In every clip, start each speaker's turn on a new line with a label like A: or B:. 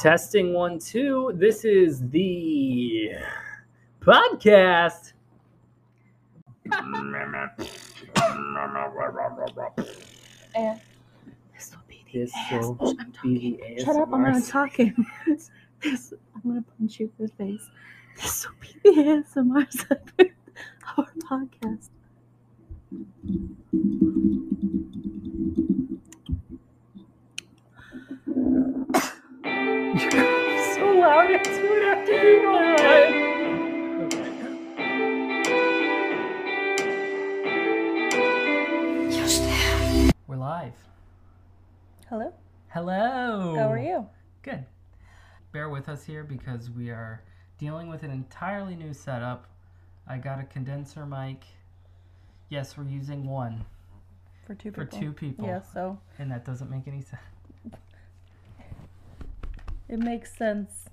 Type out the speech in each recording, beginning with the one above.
A: Testing one, two. This is the podcast.
B: Eh.
A: This will be the this will
B: I'm
A: be the
B: Shut up, I'm
A: ASMR.
B: not talking. This- I'm gonna punch you in the face. This will be the ASMR segment of our podcast.
A: so loud it's right after you know We're live.
B: Hello,
A: Hello.
B: how are you?
A: Good. Bear with us here because we are dealing with an entirely new setup. I got a condenser mic. Yes, we're using one
B: For two
A: for
B: people.
A: two people.
B: Yeah, so
A: And that doesn't make any sense.
B: it makes sense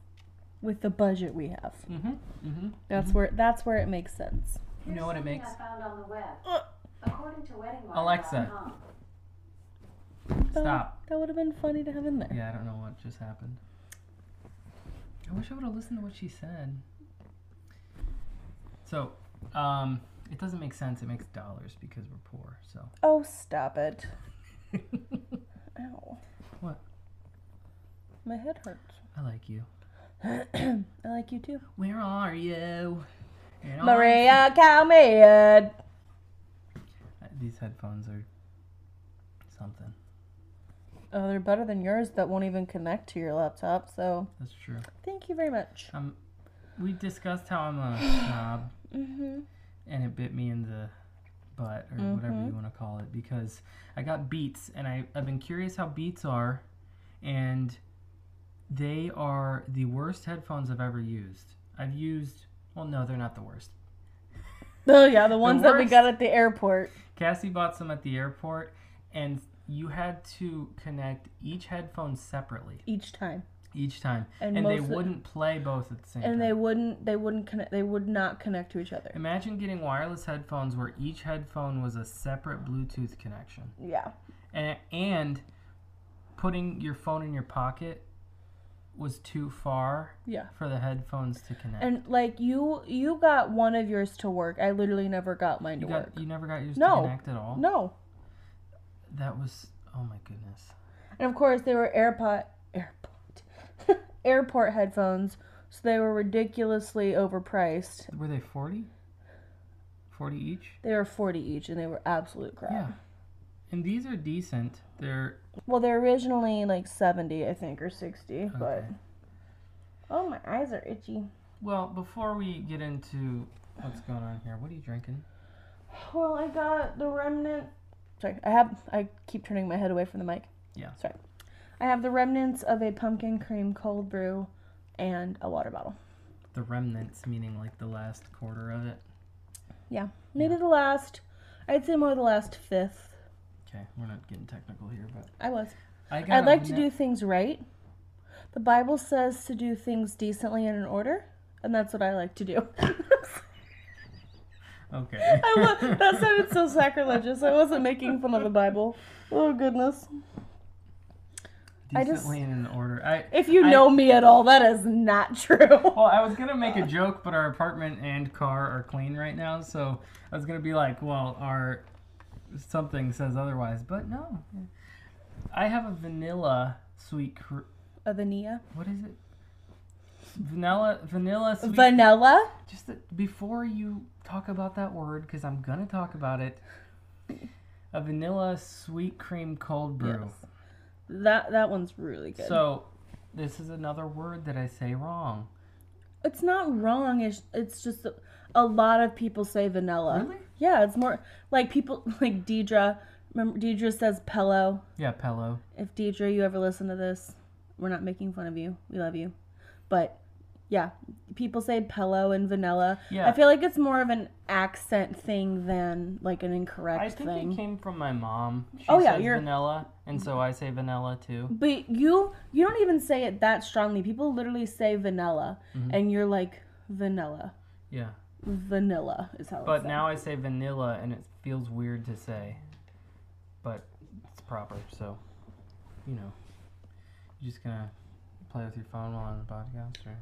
B: with the budget we have.
A: Mm-hmm. Mm-hmm.
B: That's where that's where it makes sense.
A: You know what it makes?
C: I found on the web.
B: Uh.
C: According to weddingwire.com,
A: Alexa.
B: That would-
A: Stop.
B: That would have been funny to have in there.
A: Yeah, I don't know what just happened. I wish I would have listened to what she said. So, um, it doesn't make sense. It makes dollars because we're poor. So.
B: Oh, stop it. Ow.
A: What?
B: My head hurts.
A: I like you.
B: I like you too.
A: Where are you? And all I-
B: Maria Calmead.
A: These headphones are something.
B: Oh, they're better than yours that won't even connect to your laptop. So
A: That's true.
B: thank you very much.
A: Um, we discussed how I'm a snob,
B: Mm-hmm.
A: and it bit me in the butt or whatever you want to call it because I got Beats, and I I've been curious how Beats are, and they are the worst headphones I've ever used. I've used well, no, they're not the worst.
B: Oh yeah, the ones that we
A: worst.
B: got at the airport.
A: Cassie bought some at the airport, and you had to connect each headphone separately
B: Each time,
A: each time,
B: And
A: and, they
B: most of-
A: wouldn't play both at the same time.
B: and they wouldn't, they wouldn't connect, they would not connect to each other.
A: Imagine getting wireless headphones where each headphone was a separate Bluetooth connection,
B: Yeah,
A: and and putting your phone in your pocket was too far
B: yeah.
A: for the headphones to connect.
B: And like you, you got one of yours to work. I literally never got mine
A: you
B: to
A: got
B: work.
A: you never got yours
B: No.
A: to connect at all.
B: No,
A: That was oh my goodness.
B: and of course they were AirPod, airport, airport headphones. So they were ridiculously overpriced.
A: Were they 40? 40 each?
B: They were forty each, and they were absolute crap.
A: Yeah. And these are decent. They're
B: Well, they're originally like 70, I think, or 60, but.
A: Okay.
B: Oh, my eyes are itchy.
A: well, before we get into what's going on here, what are you drinking?
B: Well, I got the remnant. Sorry, I have. I keep turning my head away from the mic.
A: Yeah.
B: Sorry. I have the remnants of a pumpkin cream cold brew and a water bottle.
A: The remnants meaning like the last quarter of it.
B: Yeah. Maybe the last, I'd say more the last fifth.
A: Okay, we're not getting technical here, but
B: I was.
A: I got
B: I'd
A: a
B: like to
A: ne-
B: do things right. The Bible says to do things decently and in order, and that's what I like to do.
A: Okay.
B: I wa- that sounded so sacrilegious. I wasn't making fun of the Bible. Oh goodness! I just-
A: Decently and in order. I
B: If you
A: I-
B: know me at all, that is not true.
A: well, I was gonna make a joke, but our apartment and car are clean right now, so I was gonna be like, well, our something says otherwise, but no. I have a vanilla sweet. Cr-
B: Vanilla.
A: what is it? Vanilla, vanilla sweet.
B: Vanilla.
A: just that before you talk about that word, because I'm gonna talk about it. A vanilla sweet cream cold brew.
B: Yes. That that one's really good.
A: So, this is another word that I say wrong.
B: it's not wrong. It's it's just a, a lot of people say vanilla.
A: Really?
B: Yeah, it's more like people like Deidre. Remember, Deidre says pillow.
A: Yeah, pillow.
B: If Deidre, you ever listen to this, we're not making fun of you. We love you, but yeah, people say pillow and vanilla.
A: Yeah.
B: I feel like it's more of an accent thing than like an incorrect
A: I think
B: thing.
A: it came from my mom. She
B: Oh, yeah,
A: says
B: you're-
A: vanilla, and so I say vanilla too.
B: But you you don't even say it that strongly. People literally say vanilla,
A: Mm-hmm.
B: and you're like vanilla,
A: Yeah.
B: vanilla is how.
A: But
B: it's
A: now I say vanilla, and it feels weird to say, but it's proper. So, you know, you're just gonna play with your phone while on the podcast? Or...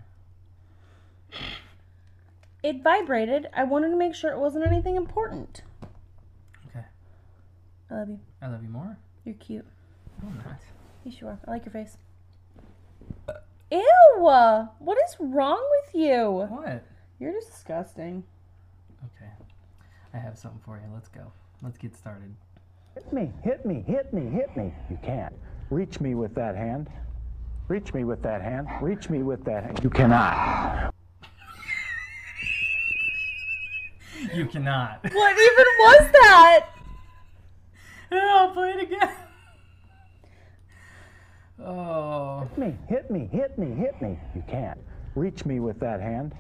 B: It vibrated. I wanted to make sure it wasn't anything important.
A: Okay.
B: I love you.
A: I love you more.
B: You're cute.
A: No, I'm not.
B: Yes, you are. I like your face. Ew! What is wrong with you?
A: What?
B: You're disgusting.
A: Okay. I have something for you. Let's go. Let's get started.
D: Hit me, hit me, hit me, hit me. You can't. Reach me with that hand. Reach me with that hand. Reach me with that hand. You cannot.
A: You cannot.
B: What even was that?
A: yeah, I'll play it again. Oh.
D: Hit me, hit me, hit me, hit me. You can't. Reach me with that hand.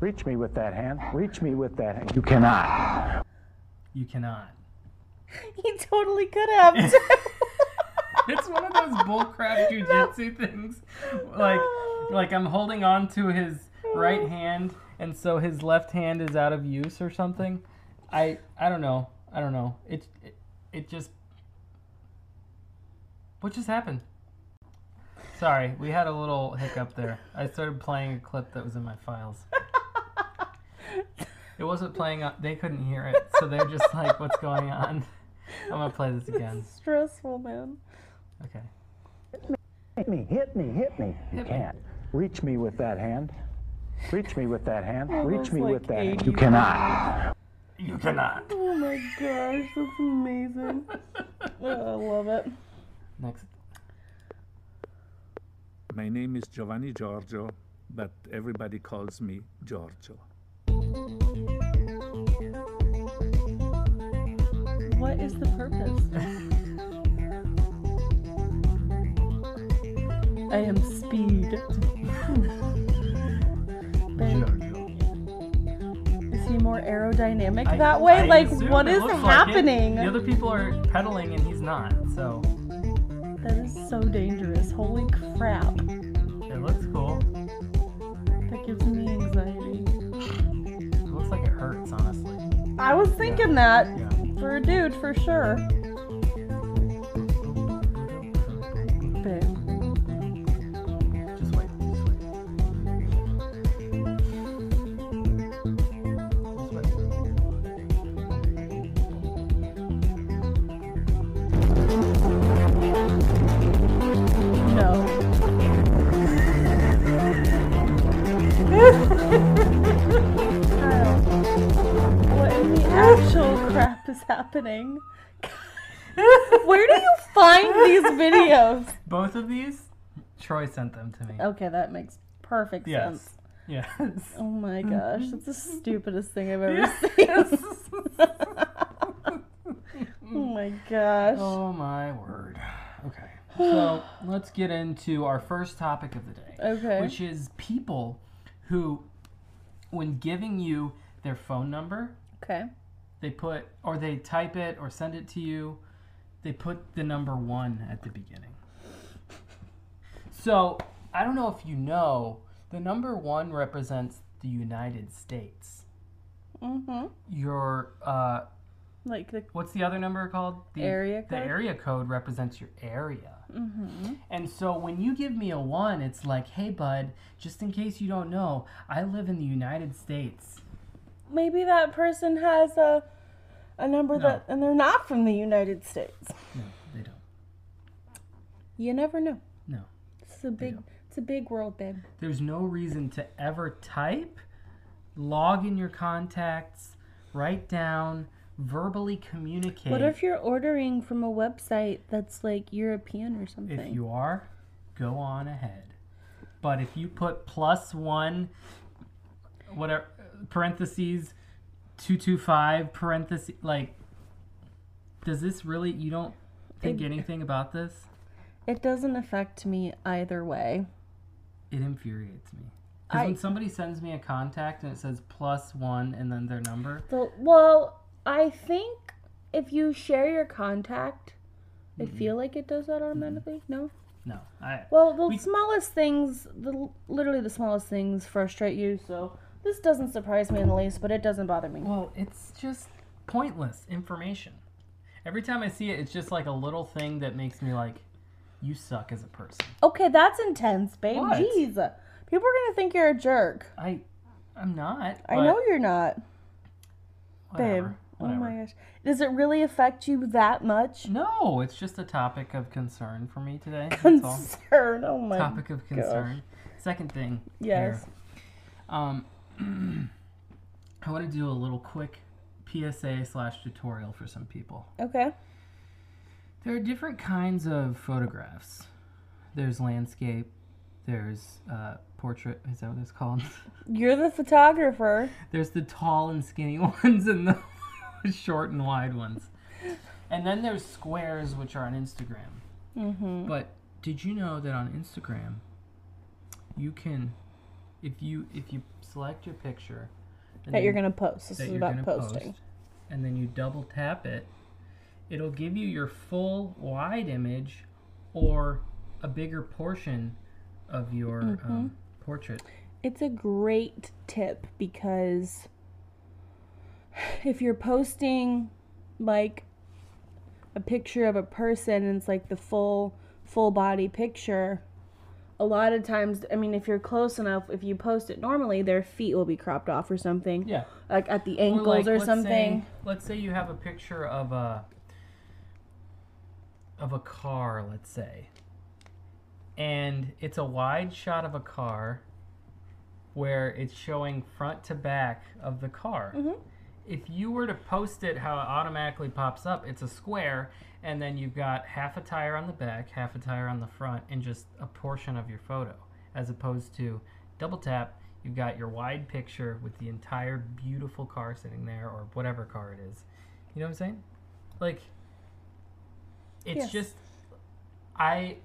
D: Reach me with that hand. Reach me with that hand. You cannot.
A: You cannot.
B: He totally could have. too.
A: It's one of those bullcrap jujitsu things. Like, like I'm holding on to his right hand, and so his left hand is out of use or something. I, I don't know. I don't know. It, it, it just. What just happened? Sorry, we had a little hiccup there. I started playing a clip that was in my files. It wasn't playing. on- They couldn't hear it, so they're just like, "What's going on?" I'm gonna play this again.
B: Stressful, man.
A: Okay.
D: Hit me, hit me, hit me. You
A: Hit me.
D: can't. Reach me with that hand. Reach me with that hand. Reach
B: that's
D: me
B: like
D: with that hand.
B: 80
D: You cannot.
A: You cannot.
B: Oh my gosh, that's amazing. Oh, I love it.
A: Next.
E: My name is Giovanni Giorgio, but everybody calls me Giorgio.
B: What is the purpose? I am speed. Ben,
A: Giorgio.
B: is he more aerodynamic
A: I-
B: that way?
A: I
B: like,
A: assume
B: what
A: it
B: is
A: looks like it.
B: happening?
A: The other people are pedaling and he's not, so
B: that is so dangerous. Holy crap.
A: it looks cool.
B: That gives me anxiety.
A: It looks like it hurts, honestly.
B: I was thinking that
A: Yeah.
B: for a dude, for sure. Babe,
A: Just wait. Just wait. Just wait.
B: no. Kyle, what in the actual crap is happening? Where do you find these videos?
A: Both of these, Troy sent them to me.
B: Okay, that makes perfect sense.
A: Yes. Mm-hmm. Yes.
B: Oh my gosh, that's the stupidest thing I've ever seen. oh my gosh.
A: Oh my word. Okay. So let's get into our first topic of the day.
B: Okay.
A: Which is people who, when giving you their phone number,
B: Okay.
A: they put, or they type it or send it to you, they put the number one at the beginning. So I don't know if you know, the number one represents the United States.
B: Mm-hmm.
A: Your, uh,
B: Like the
A: what's the other number called? The
B: Area
A: The
B: code? Mm-hmm.
A: area code represents your area. And so when you give me a one, it's like, hey, bud, just in case you don't know, I live in the United States.
B: maybe that person has a a number
A: No.
B: that and they're not from the United States.
A: No, they don't.
B: You never know.
A: No.
B: It's a big it's a big world, babe.
A: There's no reason to ever type, log in your contacts, write down, verbally communicate.
B: What if you're ordering from a website that's like European or something?
A: If you are, go on ahead. But if you put plus one, whatever parentheses, two two five parentheses, like, does this really? You don't think anything about this?
B: it doesn't affect me either way.
A: It infuriates me. Because
B: I-
A: when somebody sends me a contact and it says plus one and then their number,
B: The, well, I think if you share your contact, I
A: Mm-hmm.
B: feel like it does that automatically. No.
A: no, I
B: Well, the
A: We-
B: smallest things, the literally the smallest things frustrate you. So this doesn't surprise me in the least, but it doesn't bother me.
A: Well, it's just pointless information. Every time I see it, it's just like a little thing that makes me like, you suck as a person.
B: Okay, that's intense, babe.
A: What?
B: Jeez. People are gonna think you're a jerk.
A: I, I'm not.
B: I know you're not,
A: but
B: babe.
A: whatever,
B: Oh
A: whatever. Mm,
B: my gosh. Does it really affect you that much?
A: No, it's just a topic of concern for me today. That's all.
B: Concern. Oh my.
A: Topic of concern. Second thing. here.
B: Yes.
A: Um, I want to do a little quick PSA slash tutorial for some people.
B: Okay.
A: There are different kinds of photographs. There's landscape. There's uh, portrait. Is that what it's called?
B: You're the photographer.
A: There's the tall and skinny ones and the short and wide ones. And then there's squares, which are on Instagram.
B: Mm-hmm.
A: But did you know that on Instagram, you can, if you if you select your picture, and
B: That you're
A: then-
B: gonna post. This
A: that
B: is
A: you're
B: about
A: gonna
B: posting.
A: post, and then you double tap it, it'll give you your full wide image, or a bigger portion of your
B: Mm-hmm.
A: um, portrait.
B: It's a great tip because if you're posting like a picture of a person and it's like the full full body picture, a lot of times, I mean, if you're close enough, if you post it normally, their feet will be cropped off or something.
A: Yeah.
B: Like at the
A: Or
B: ankles
A: like,
B: or
A: let's
B: something.
A: Say, let's say you have a picture of a of a car, let's say, and it's a wide shot of a car where it's showing front to back of the car.
B: Mm-hmm.
A: If you were to post it how it automatically pops up, it's a square, and then you've got half a tire on the back, half a tire on the front, and just a portion of your photo, as opposed to double tap, you've got your wide picture with the entire beautiful car sitting there, or whatever car it is. You know what I'm saying? Like, it's
B: Yes.
A: just, I.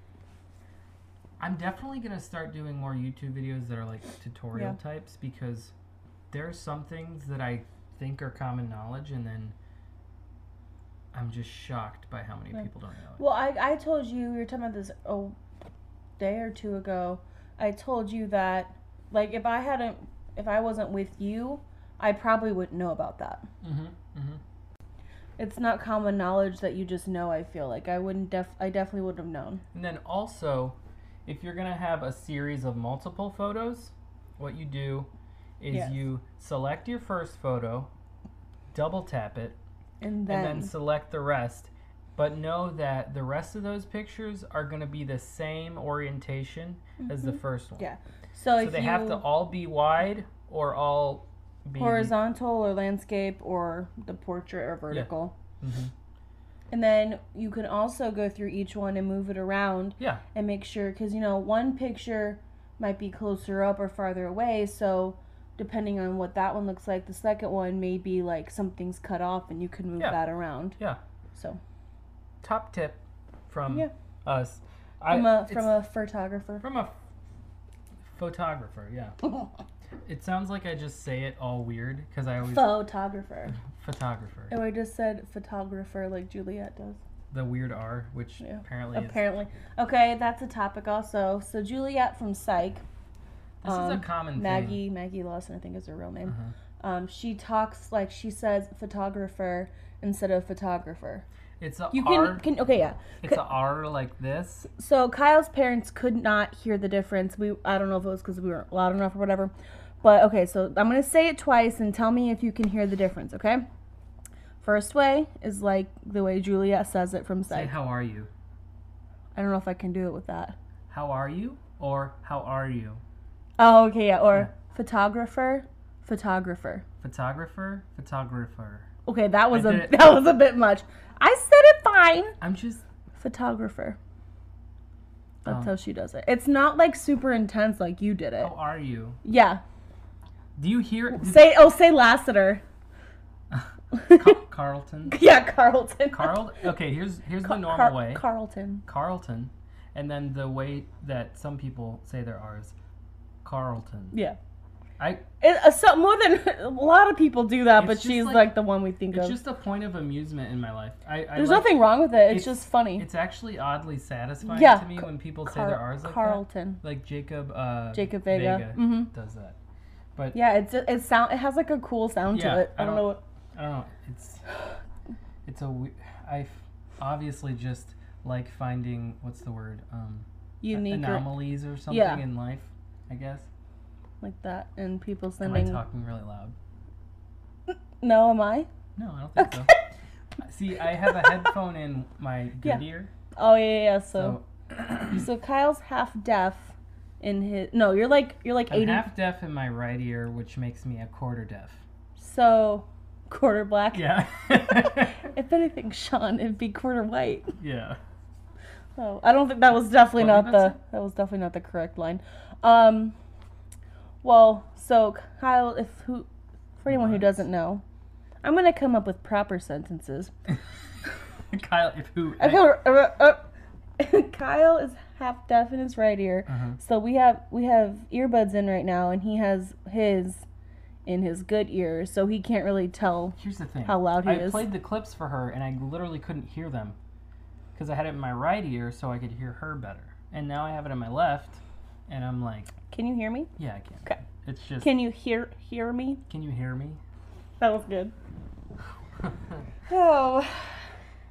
A: I'm definitely gonna start doing more YouTube videos that are like tutorial
B: Yeah.
A: types because there are some things that I think are common knowledge, and then I'm just shocked by how many
B: Yeah.
A: people don't know it.
B: Well, I, I told you, we were talking about this a day or two ago. I told you that, like, if I hadn't, if I wasn't with you, I probably wouldn't know about that.
A: Mm-hmm. Mm-hmm.
B: It's not common knowledge that you just know, I feel like. I wouldn't, def- I definitely would have known.
A: And then also, if you're gonna have a series of multiple photos, what you do is
B: Yes.
A: you select your first photo, double tap it,
B: And then,
A: and then select the rest. But know that the rest of those pictures are going to be the same orientation as the first one.
B: Mm-hmm. Yeah. so,
A: So
B: if
A: they
B: you,
A: have to all be wide or all be
B: horizontal or landscape or the portrait or vertical.
A: Mhm.
B: And then you can also go through each one and move it around
A: Yeah.
B: and make sure because you know one picture might be closer up or farther away so depending on what that one looks like the second one may be like something's cut off and you can move
A: Yeah.
B: that around
A: Yeah.
B: so
A: Top tip from
B: Yeah.
A: us.
B: from
A: I,
B: a
A: it's-
B: from a photographer
A: from a photographer. Yeah. It sounds like I just say it all weird because I always
B: photographer
A: photographer
B: oh i just said photographer like juliet does
A: the weird R, which
B: Yeah.
A: apparently is
B: apparently okay that's a topic also so juliet from psych
A: this is a
B: um,
A: common thing.
B: Maggie, Maggie Lawson, I think is her real name.
A: Uh-huh.
B: Um, she talks like she says photographer instead of photographer.
A: It's a
B: You
A: R-
B: can, can okay, yeah.
A: It's a R like this.
B: So Kyle's parents could not hear the difference. We I don't know if it was because we weren't loud enough or whatever. But okay, so I'm gonna say it twice and tell me if you can hear the difference. Okay. First way is like the way Juliet says it from
A: Say
B: psych.
A: how are you?
B: I don't know if I can do it with that.
A: How are you? Or how are you?
B: Oh, okay, yeah. Or photographer, photographer.
A: Photographer, photographer.
B: Okay, that was
A: I
B: a
A: did it.
B: that was a bit much. I said it fine.
A: I'm just
B: photographer. That's
A: Oh.
B: how she does it. It's not like super intense like you did it.
A: how are you?
B: Yeah.
A: Do you hear
B: Say oh say Lassiter.
A: Ca- Carlton?
B: Yeah, Carlton.
A: Carl okay, here's here's the normal
B: Car-
A: way.
B: Carlton.
A: Carlton. And then the way that some people say their R's. Carlton.
B: Yeah.
A: I
B: It, uh, so more than a lot of people do that,
A: It's
B: but
A: just
B: she's
A: like-
B: like, the one we think
A: it's
B: of.
A: just a point of amusement in my life. I, I
B: There's
A: like-
B: nothing wrong with it. It's,
A: it's-
B: just funny.
A: it's actually oddly satisfying
B: Yeah,
A: to me
B: Ca-
A: when people say
B: Car-
A: their R's like that.
B: Carlton.
A: Like Jacob uh
B: Jacob Vega. Mhm.
A: does that. But
B: Yeah, it's it sound it has like a cool sound
A: Yeah,
B: to it.
A: I
B: I don't
A: don't-
B: know. What,
A: I don't know. It's it's a we- I f- obviously just like finding what's the word um, a-
B: unique or
A: anomalies or something
B: Yeah.
A: in life. I guess.
B: like that, and people
A: Am
B: sending.
A: I talking really loud?
B: no, am I?
A: No, I don't think so. See, I have a headphone in my good ear,
B: Oh yeah, yeah. yeah, So,
A: so
B: so, Kyle's half deaf in his. No, you're like you're like
A: I'm
B: eighty.
A: half deaf in my right ear, which makes me a quarter deaf.
B: So quarter black.
A: Yeah.
B: If anything, Sean, it'd be quarter white.
A: yeah.
B: Oh, I don't think that was definitely
A: Well,
B: not the
A: that's
B: that was definitely not the correct line. Um, well, so Kyle, if who for anyone who
A: What?
B: doesn't know, I'm gonna come up with proper sentences.
A: Kyle, if who?
B: Okay,
A: I-
B: uh, uh, uh, Kyle is half deaf in his right ear,
A: Uh-huh.
B: so we have we have earbuds in right now, and he has his in his good ear, so he can't really tell.
A: Here's the thing.
B: how loud he
A: I
B: is.
A: played the clips for her, and I literally couldn't hear them because I had it in my right ear, so I could hear her better. And now I have it in my left, and I'm like,
B: Can you hear me?
A: yeah, I can.
B: Okay.
A: It's just, can,
B: Can you hear hear me?
A: you hear me?
B: That was good. Oh,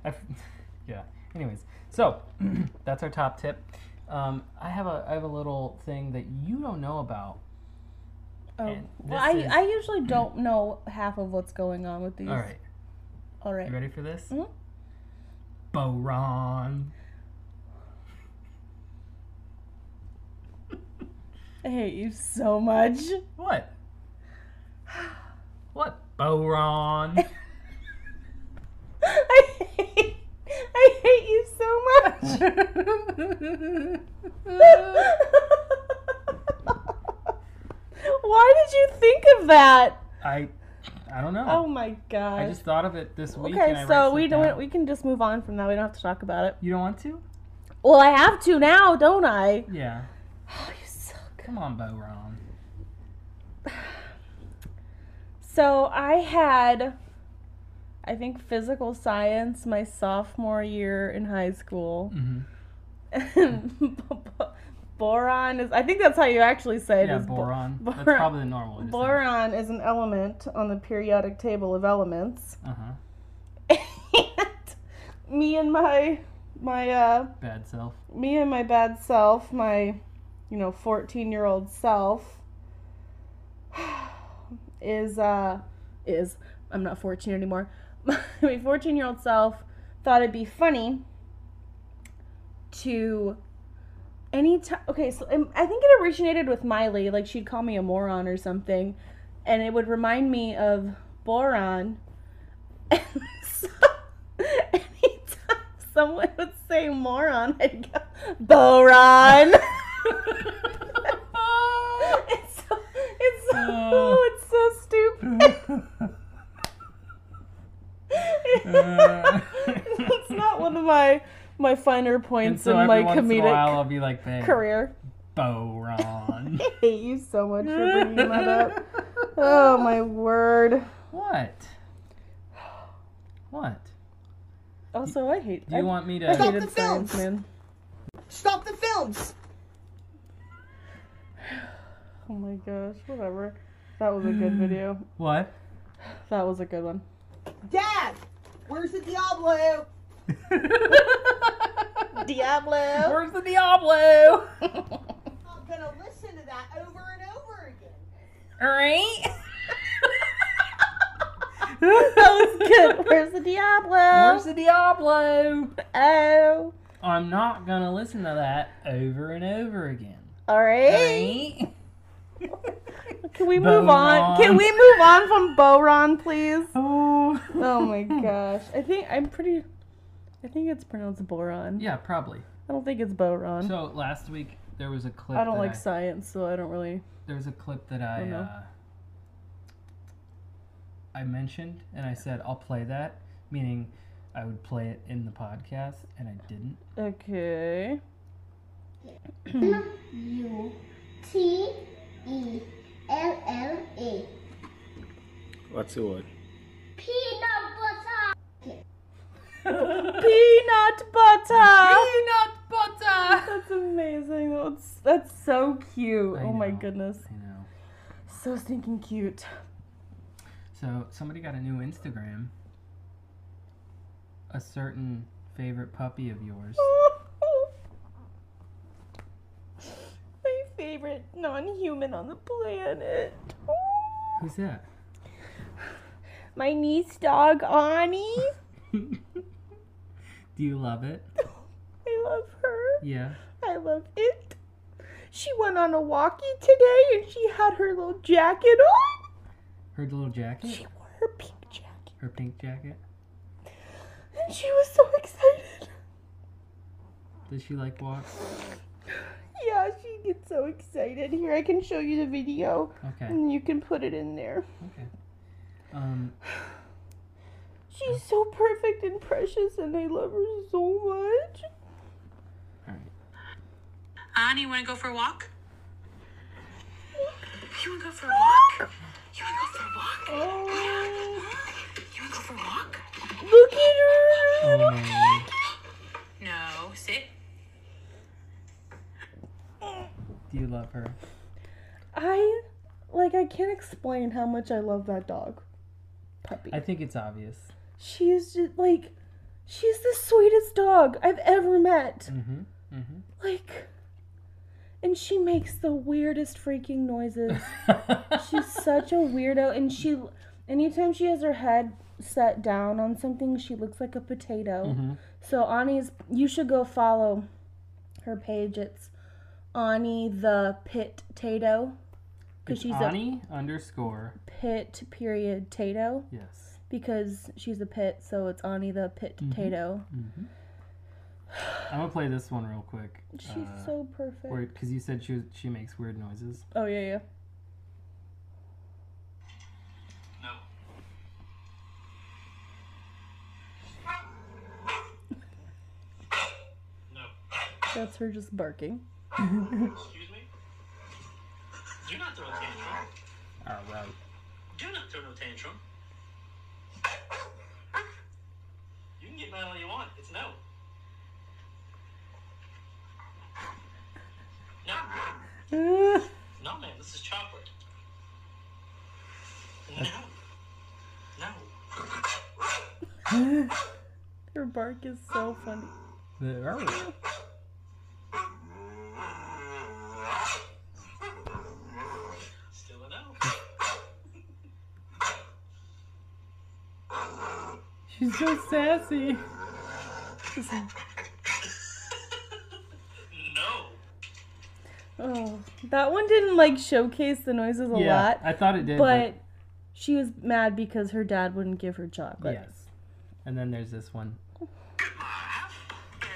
A: I f- yeah. Anyways, so that's our top tip. Um, I have a I have a little thing that you don't know about.
B: oh.
A: And
B: Well, I,
A: this is-
B: I usually don't know half of what's going on with these.
A: All right,
B: All right.
A: you ready for this?
B: Mhm.
A: Boron.
B: I hate you so much.
A: What? What? Boron.
B: I hate, I hate you so much. Why did you think of that?
A: I I don't know.
B: Oh my
A: I
B: god.
A: just thought of it this week. and
B: Okay,
A: I
B: so
A: wrote
B: we
A: it
B: don't
A: down.
B: we can just move on from that. We don't have to talk about it.
A: You don't want to?
B: Well, I have to now, don't I?
A: Yeah.
B: Oh, you suck.
A: Come on, Bo Ron.
B: So I had, I think, physical science my sophomore year in high school.
A: Mm-hmm.
B: boron is, I think that's how you actually say it.
A: Yeah,
B: is bo-
A: boron. That's
B: boron-
A: probably the normal. way to say it.
B: boron is an element on the periodic table of elements.
A: Uh-huh.
B: And me and my, my, uh,
A: Bad self.
B: me and my bad self, my, you know, 14 year old self, is, uh, is, I'm not 14 anymore. My 14 year old self thought it'd be funny to any time, okay, so um, I think it originated with Miley, like she'd call me a moron or something, and it would remind me of Boron. And so, anytime someone would say moron, I'd go, Boron. it's so, it's so,
A: Oh.
B: it's so stupid. it's not one of my my finer
A: and
B: points
A: so
B: in my
A: every once in a while,
B: comedic
A: I'll be like, "Hey,
B: career.
A: Bo Ron."
B: I hate you so much for bringing that up. Oh my word.
A: what? What?
B: Also, I hate.
A: Do you
B: I
A: want me
B: I
A: to?
B: hated science, man.
F: Stop the films!
B: Oh my gosh, whatever. That was a good video.
A: What?
B: That was a good one.
F: Dad! Where's the Diablo?
B: Diablo.
A: Where's the Diablo?
F: I'm gonna listen to that over and over again.
B: Right? that was good. Where's the Diablo?
A: Where's the Diablo?
B: oh.
A: I'm not gonna listen to that over and over again.
B: All right.
A: Right?
B: Can we move
A: Boron.
B: on? Can we move on from Boron, please?
A: Oh.
B: Oh my gosh. I think I'm pretty. I think it's pronounced Boron.
A: Yeah, probably.
B: I don't think it's Boron.
A: So last week there was a clip.
B: I don't
A: that
B: like science, so I don't really.
A: there was a clip that I
B: Oh, no.
A: uh, I mentioned, and I said I'll play that, meaning I would play it in the podcast, and I didn't.
B: Okay.
G: U T E L L A.
E: What's the word?
G: Peanut butter.
B: Peanut butter.
A: Peanut butter.
B: That's amazing. That's that's so cute.
A: I
B: oh my
A: know.
B: goodness,
A: I know.
B: so stinking cute.
A: So somebody got a new Instagram. A certain favorite puppy of yours?
B: My favorite non-human on the planet.
A: Who's that?
B: My niece dog Ani.
A: Do you love it?
B: I love her.
A: Yeah.
B: I love it. She went on a walkie today and she had her little jacket on.
A: Her little jacket?
B: She wore her pink jacket
A: Her pink jacket?
B: and she was so excited.
A: Does she like walks?
B: Yeah, she gets so excited. Here, I can show you the video
A: Okay.
B: and you can put it in there.
A: Okay. Um,
B: She's so perfect and precious and I love her so much.
H: Annie, you want to go for a walk? You want to go for a walk? You want to go for a walk?
B: Oh.
H: You want to go for a walk?
B: Look at her.
A: oh,
H: No, sit.
A: do you love her?
B: I like I can't explain how much I love that dog. Puppy.
A: I think it's obvious.
B: she is just like she's the sweetest dog I've ever met.
A: Mm-hmm. Mm-hmm.
B: Like and she makes the weirdest freaking noises. She's such a weirdo and she anytime she has her head set down on something, she looks like a potato.
A: hmm
B: So Ani's, you should go follow her page. It's Ani the Pit Tato, because she's
A: Ani underscore.
B: a pit period Tato
A: Yes.
B: because she's a pit. So it's Ani the Pit
A: Mhm.
B: Tato.
A: Mm-hmm. I'm gonna play this one real quick.
B: She's
A: uh,
B: so perfect.
A: because you said she was, she makes weird noises.
B: Oh yeah, yeah. That's her just barking.
I: Excuse me? Do not throw a tantrum.
A: All right.
I: Do not throw no tantrum. You can get mad all you want. It's no. No. No, man. This is Chopper. No. No.
B: Her bark is so funny.
A: The- all right.
I: Still a no.
A: She's so sassy.
I: No.
B: Oh, that one didn't like showcase the noises a
A: yeah,
B: lot,
A: I thought it did.
B: but she was mad because her dad wouldn't give her chocolate.
A: yes. And then there's this one.
I: Happy guy.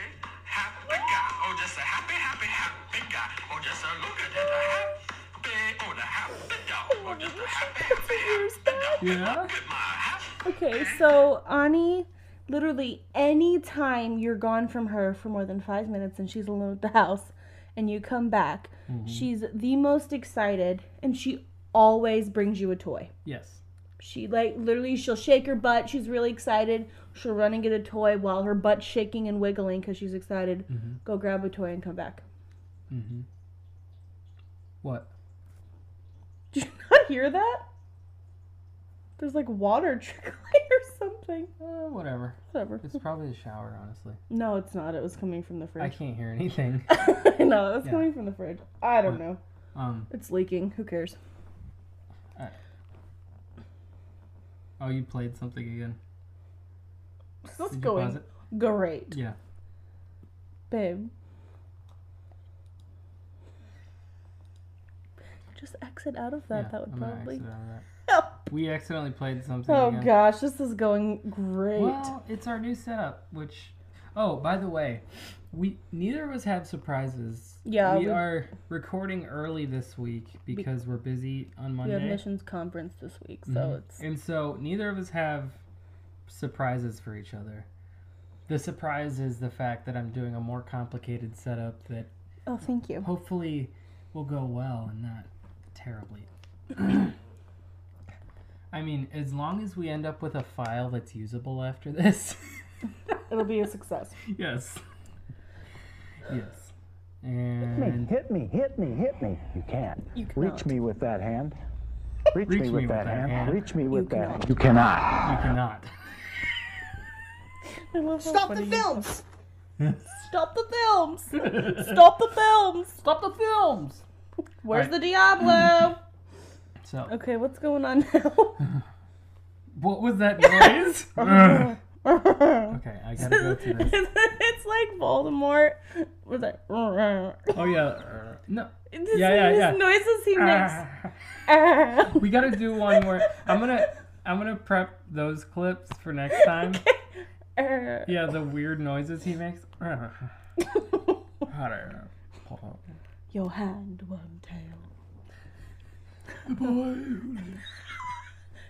I: Oh, just a happy, happy, happy guy. Oh, just a look at that. A happy. Oh, the happy dog. Oh, just a happy, happy,
B: Here's
A: Yeah.
B: that. Okay, so Ani, literally any time you're gone from her for more than five minutes and she's alone at the house, and you come back,
A: Mm-hmm.
B: she's the most excited, and she always brings you a toy.
A: Yes.
B: She like literally she'll shake her butt. She's really excited. She'll run and get a toy while her butt's shaking and wiggling because she's excited. Go grab a toy and come back.
A: Mm-hmm. What?
B: Did you not hear that? There's like water trickling or something.
A: Uh, whatever.
B: Whatever.
A: It's probably the shower, honestly.
B: No, it's not. It was coming from the
A: I
B: fridge.
A: can't hear anything.
B: no, it was
A: Yeah.
B: coming from the fridge. I don't know.
A: Um.
B: It's leaking. Who cares?
A: Oh, you played something again.
B: This is
A: Did you pause
B: going
A: it?
B: great,
A: Yeah.
B: babe. Just exit out of that.
A: yeah,
B: that would
A: I'm gonna
B: probably
A: exit out of that.
B: help.
A: We accidentally played something.
B: Oh
A: again.
B: gosh, this is going great.
A: Well, it's our new setup, which oh, by the way, we neither of us have surprises.
B: Yeah,
A: we,
B: we-
A: are recording early this week because we're busy on
B: we
A: Monday.
B: have missions conference this week, so
A: Mhm.
B: it's
A: And so neither of us have surprises for each other. The surprise is the fact that I'm doing a more complicated setup that
B: Oh, thank you.
A: hopefully will go well and not terribly. I mean, as long as we end up with a file that's usable after this.
B: It'll be a success.
A: Yes. Yes.
D: Hit
A: And
D: me, hit me, hit me, hit me. You can't.
B: You
D: Reach
B: cannot.
D: me with that hand. Reach, me with that hand. Reach me with that.
B: cannot.
D: You cannot.
A: you cannot.
B: I love how
F: Stop the
B: funny-
F: films!
B: Stop the films! Stop the films!
A: Stop the films. Mm-hmm.
B: Where's
A: Alright.
B: the Diablo?
A: So,
B: okay, what's going on now?
A: what was that noise?
B: Uh-huh.
A: okay, I gotta go through this.
B: it's like Voldemort. Was like,
A: Oh yeah. No.
B: It's just
A: Yeah, yeah,
B: his
A: yeah.
B: noises he makes.
A: Ah.
B: Ah.
A: We gotta do one more. I'm gonna I'm gonna prep those clips for next time.
B: Ah.
A: Yeah, the weird noises he makes.
B: Your hand, one tail.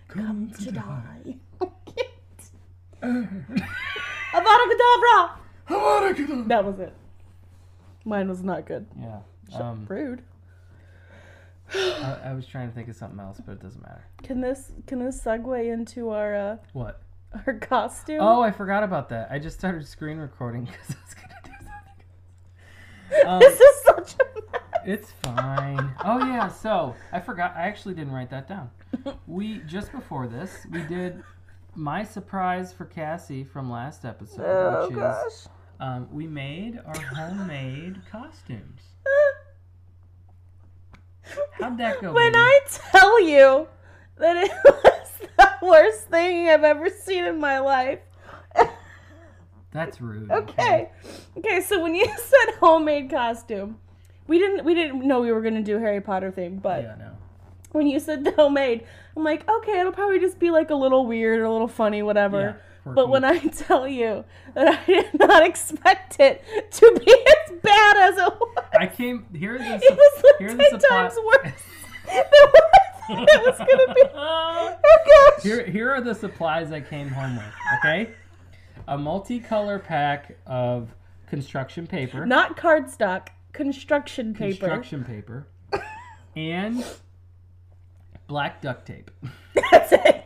E: Come to
B: Should I?
A: Eh.
B: Avada Kedavra! That was it. Mine was not good.
A: Yeah. Um,
B: Rude.
A: I, I was trying to think of something else, but it doesn't matter.
B: Can this can this segue into our uh,
A: What?
B: our costume?
A: Oh, I forgot about that. I just started screen recording because I was gonna do something. else. Um,
B: this is such a mess.
A: it's fine. Oh yeah. So I forgot. I actually didn't write that down. We just before this we did my surprise for Cassie from last episode,
B: Oh
A: which is
B: gosh.
A: um, we made our homemade costumes. How'd that go?
B: When
A: baby?
B: I tell you that it was the worst thing I've ever seen in my life.
A: That's rude.
B: Okay. Okay, so when you said homemade costume, we didn't we didn't know we were gonna do Harry Potter thing, but
A: Yeah, no.
B: when you said homemade, I'm like, okay, it'll probably just be like a little weird or a little funny, whatever.
A: Yeah,
B: but when I tell you that I did not expect it to be as bad as it was,
A: I came here's the
B: it was like
A: here's
B: ten
A: the supply-
B: times worse than what I thought it was gonna be. Oh gosh.
A: Here, here are the supplies I came home with. Okay, a multicolor pack of construction paper,
B: Not cardstock, construction paper.
A: construction paper, and black duct tape.
B: That's it.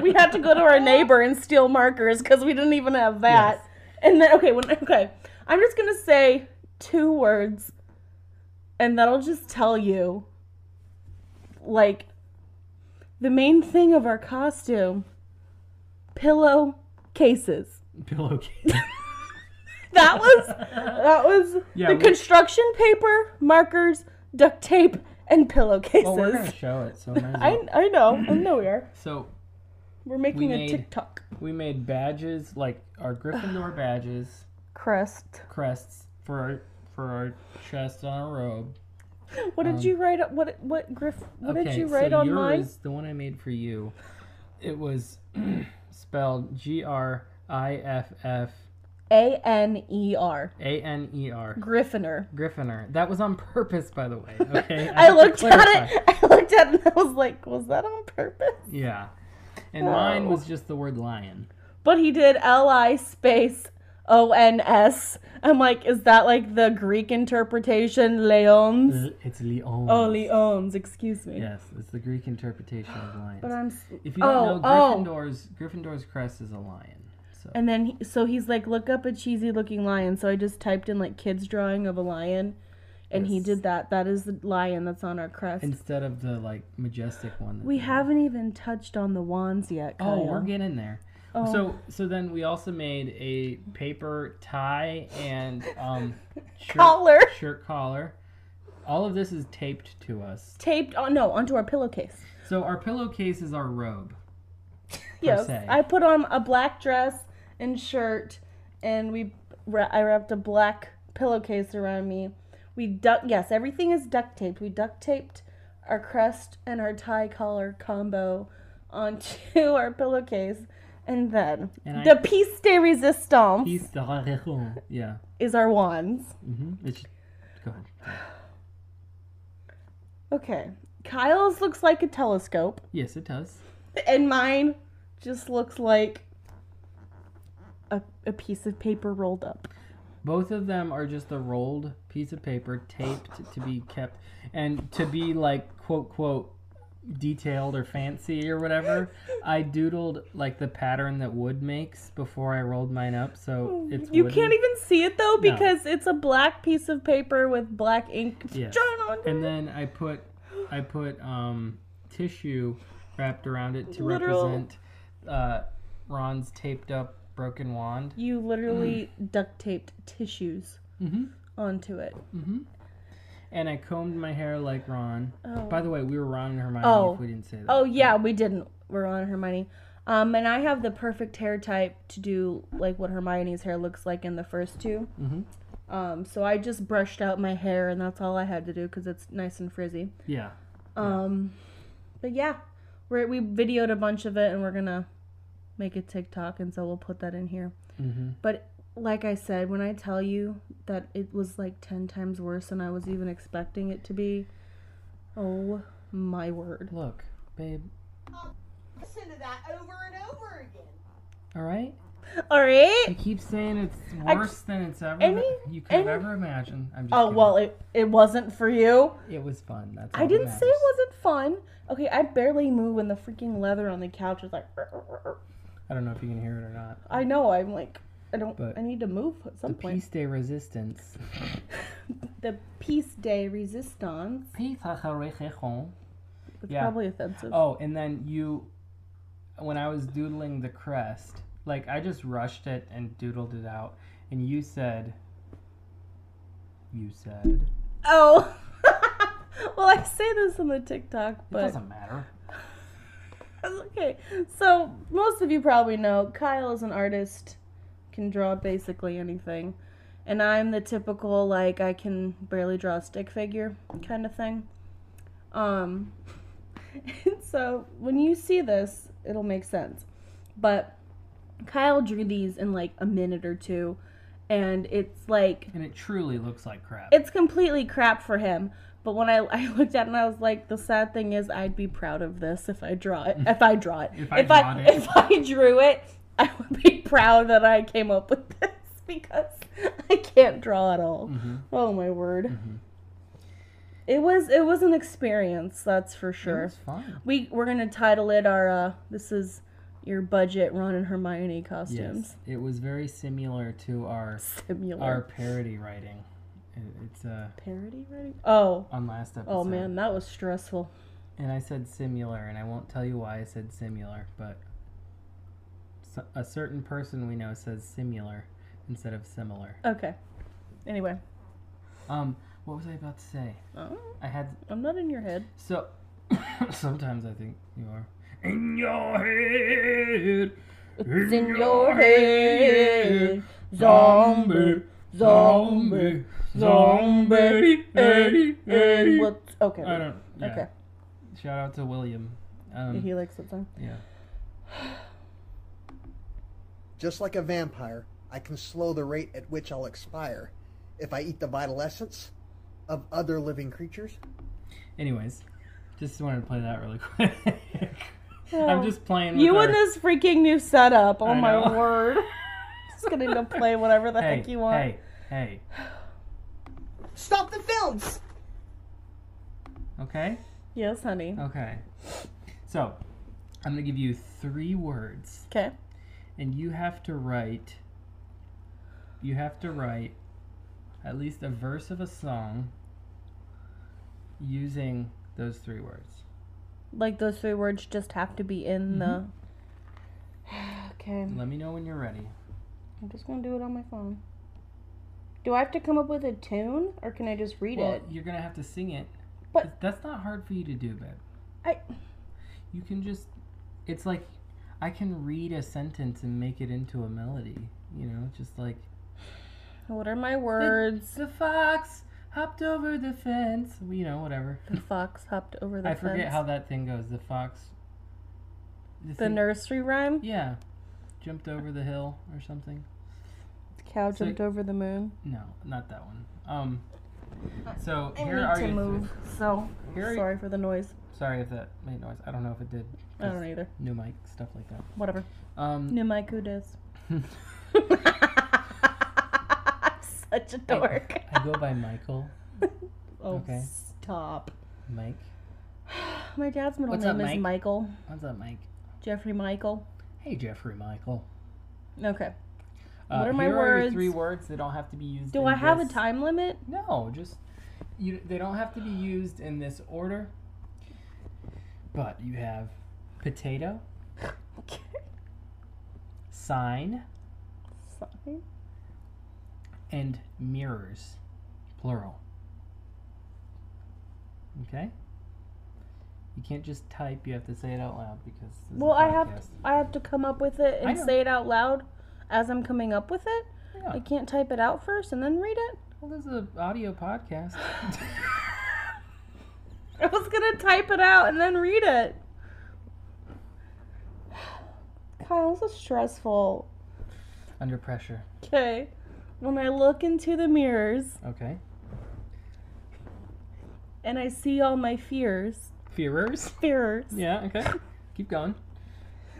B: we had to go to our neighbor and steal markers because we didn't even have that.
A: Yes.
B: And then okay, when okay, I'm just gonna say two words, and that'll just tell you, like, the main thing of our costume: pillow cases.
A: Pillowcase.
B: That was that was
A: Yeah,
B: the
A: we-
B: construction paper, markers, duct tape, and pillowcases.
A: Well, Oh, we're gonna show it, so might as
B: I
A: well.
B: I know I know we are.
A: So
B: We're making a
A: made-
B: TikTok
A: we made badges like our Gryffindor badges,
B: crest.
A: crests for our for our chest on our robe.
B: What did you write? up- What what Griff? What did you write
A: Um, so
B: on mine?
A: yours, The one I made for you, it was spelled G R I F F
B: A N E R.
A: A N E R.
B: Gryffindor.
A: Gryffindor. That was on purpose, by the way. Okay.
B: I,
A: have to
B: looked at
A: clarify.
B: it. I looked at it and I was like, was that on purpose?
A: Yeah. And mine was just the word lion.
B: But he did L I space O N S. I'm like, is that like the Greek interpretation? Leons.
A: It's Leon.
B: Oh, Leons. Excuse me.
A: Yes, it's the Greek interpretation of lions.
B: But I'm. s-
A: if you don't
B: oh,
A: know,
B: oh.
A: Gryffindor's Gryffindor's crest is a lion. So
B: And then, he, so he's like, look up a cheesy looking lion. So I just typed in like kids drawing of a lion, and he
A: Yes.
B: did that. That is the lion that's on our crest.
A: instead of the like majestic one. that
B: We
A: they-
B: haven't even touched on the wands yet. Kyle. Oh.
A: Oh, we're getting there. So so then we also made a paper tie and um shirt,
B: Collar.
A: shirt collar. All of this is taped to us.
B: taped on no onto our pillowcase.
A: So our pillowcase is our robe.
B: Yes,
A: se.
B: I put on a black dress and shirt, and we wra- I wrapped a black pillowcase around me. We duct yes, everything is duct taped. We duct taped our crest and our tie collar combo onto our pillowcase, and then
A: And I-
B: the piece de resistance
A: Piece de raison. Yeah.
B: is our wands.
A: hmm It's, go ahead.
B: Okay, Kyle's looks like a telescope.
A: Yes, it does.
B: and mine just looks like a, a piece of paper rolled up.
A: Both of them are just a rolled piece of paper taped to be kept and to be like quote quote detailed or fancy or whatever. I doodled like the pattern that wood makes before I rolled mine up, so it's
B: Oh, you
A: wooden.
B: can't even see it though because it's a black piece of paper with black ink
A: Yes.
B: drawn on it.
A: And then I put I put um tissue wrapped around it to
B: Literal.
A: represent uh, Ron's taped up broken wand.
B: You literally duct taped tissues
A: Mhm.
B: onto it.
A: Mm-hmm. And I combed my hair like Ron.
B: Oh.
A: By the way, we were Ron and Hermione
B: Oh.
A: if we didn't say that.
B: Oh yeah, we didn't. We're on Hermione. Um, and I have the perfect hair type to do like what Hermione's hair looks like in the first two.
A: Mhm.
B: Um, so I just brushed out my hair, and that's all I had to do because it's nice and frizzy.
A: Yeah.
B: Um, but yeah, we we videoed a bunch of it, and we're gonna make a TikTok, and so we'll put that in here.
A: Mm-hmm.
B: But like I said, when I tell you that it was like ten times worse than I was even expecting it to be, oh my word!
A: Look, babe.
F: Listen to that over and over again.
A: All right.
B: All right.
A: You keep saying it's
B: I-
A: worse than it's ever
B: any-
A: you could have
B: any-
A: ever imagined. I'm just
B: Oh
A: kidding. Oh,
B: well, it, it wasn't for you.
A: it was fun. That's all
B: I
A: that
B: didn't say it
A: matters.
B: wasn't fun. Okay, I barely move when the freaking leather on the couch is like.
A: I don't know if you can hear it or not.
B: I know. I'm like, I don't.
A: But
B: I need to move at some
A: The
B: point.
A: Peace Day Resistance.
B: The Peace Day Resistance.
A: Peace Hacharechejon.
B: It's
A: Yeah.
B: probably offensive.
A: Oh, and then you, when I was doodling the crest, like I just rushed it and doodled it out, and you said, you said,
B: Oh. well, I say this in the TikTok,
A: it
B: but
A: doesn't matter.
B: okay. So most of you probably know Kyle is an artist, can draw basically anything, and I'm the typical like I can barely draw a stick figure kind of thing. Um, and so when you see this, it'll make sense. But Kyle drew these in like a minute or two, and it's like
A: And it truly looks like crap.
B: it's completely crap for him. But when I, I looked at it and I was like, the sad thing is I'd be proud of this if I draw it. If I draw it.
A: If I drawn it.
B: if I drew it, I would be proud that I came up with this because I can't draw at all.
A: Mm-hmm.
B: Oh my word. It was it was an experience, that's for sure.
A: It's fun.
B: We we're gonna title it our uh this is your budget Ron and Hermione costumes.
A: Yes, it was very similar to our
B: Similar
A: our parody writing. It- It's uh
B: parody writing. Oh.
A: on last episode.
B: Oh man, that was stressful.
A: And I said similar, and I won't tell you why I said similar, but s- a certain person we know says similar instead of similar.
B: Okay. Anyway,
A: Um, what was I about to say?
B: Oh,
A: I had
B: I'm not in your head.
A: so. sometimes I think you are in your head. It's
B: in your head, zombie,
A: zombie, zombie. Hey, hey.
B: What? Okay.
A: I don't. Yeah.
B: eh, Okay.
A: Shout out to William. Um,
B: He likes that song.
A: yeah.
J: Just like a vampire, I can slow the rate at which I'll expire if I eat the vital essence of other living creatures.
A: Anyways, just wanted to play that really quick. I'm
B: Oh.
A: just playing. With
B: You
A: our,
B: and this freaking new setup. Oh
A: I
B: my
A: know.
B: word. Just gonna need to play whatever the
A: Hey,
B: heck you want.
A: Hey, hey.
F: Stop the films!
A: Okay.
B: Yes, honey.
A: Okay. So, I'm going to give you three words,
B: Okay.
A: and you have to write. You have to write at least a verse of a song using those three words.
B: Like those three words just have to be in the.
A: Mm-hmm.
B: Okay.
A: Let me know when you're ready.
B: I'm just gonna do it on my phone. Do I have to come up with a tune, or can I just read
A: well,
B: it?
A: you're going to have to sing it.
B: But-
A: that's not hard for you to do, babe.
B: I-
A: You can just. It's like I can read a sentence and make it into a melody. You know, just like
B: What are my words?
A: The fox hopped over the fence. You know, whatever.
B: The fox hopped over the
A: I forget
B: fence.
A: how that thing goes. The fox.
B: the
A: thing-
B: nursery rhyme.
A: Yeah, jumped over the hill or something.
B: The cow
A: So-
B: jumped over the moon.
A: No, not that one. Um. So
B: I
A: here
B: need
A: are
B: to
A: your
B: move,
A: Three,
B: so
A: Here are-
B: sorry for the noise.
A: sorry if that made noise. I don't know if it did.
B: I don't either.
A: New mic stuff like that.
B: Whatever.
A: Um.
B: New my kudos. Such a dork.
A: I go by Michael.
B: oh,
A: okay.
B: stop.
A: Mike.
B: My dad's middle
A: What's
B: name
A: up,
B: is
A: Mike?
B: Michael.
A: What's up, Mike?
B: Jeffrey Michael.
A: Hey, Jeffrey Michael.
B: Okay.
A: Uh,
B: What are my
A: here Are your three
B: words?
A: words that don't have to be used.
B: Do
A: in
B: I have
A: this-
B: a time limit?
A: No, just you. They don't have to be used in this order. But you have potato, sign,
B: sign?
A: and mirrors, plural. Okay? You can't just type, you have to say it out loud because. this is
B: Well,
A: a
B: I have
A: podcast.
B: I have to come up with it
A: I
B: and
A: know.
B: say it out loud as I'm coming up with it. I can't type it out first and then read it.
A: Well, this is an audio podcast.
B: I was gonna type it out and then read it. Kyle, this is stressful.
A: Under pressure.
B: Okay. When I look into the mirrors
A: Okay.
B: and I see all my fears,
A: Fearers.
B: fears.
A: Yeah, okay. Keep going.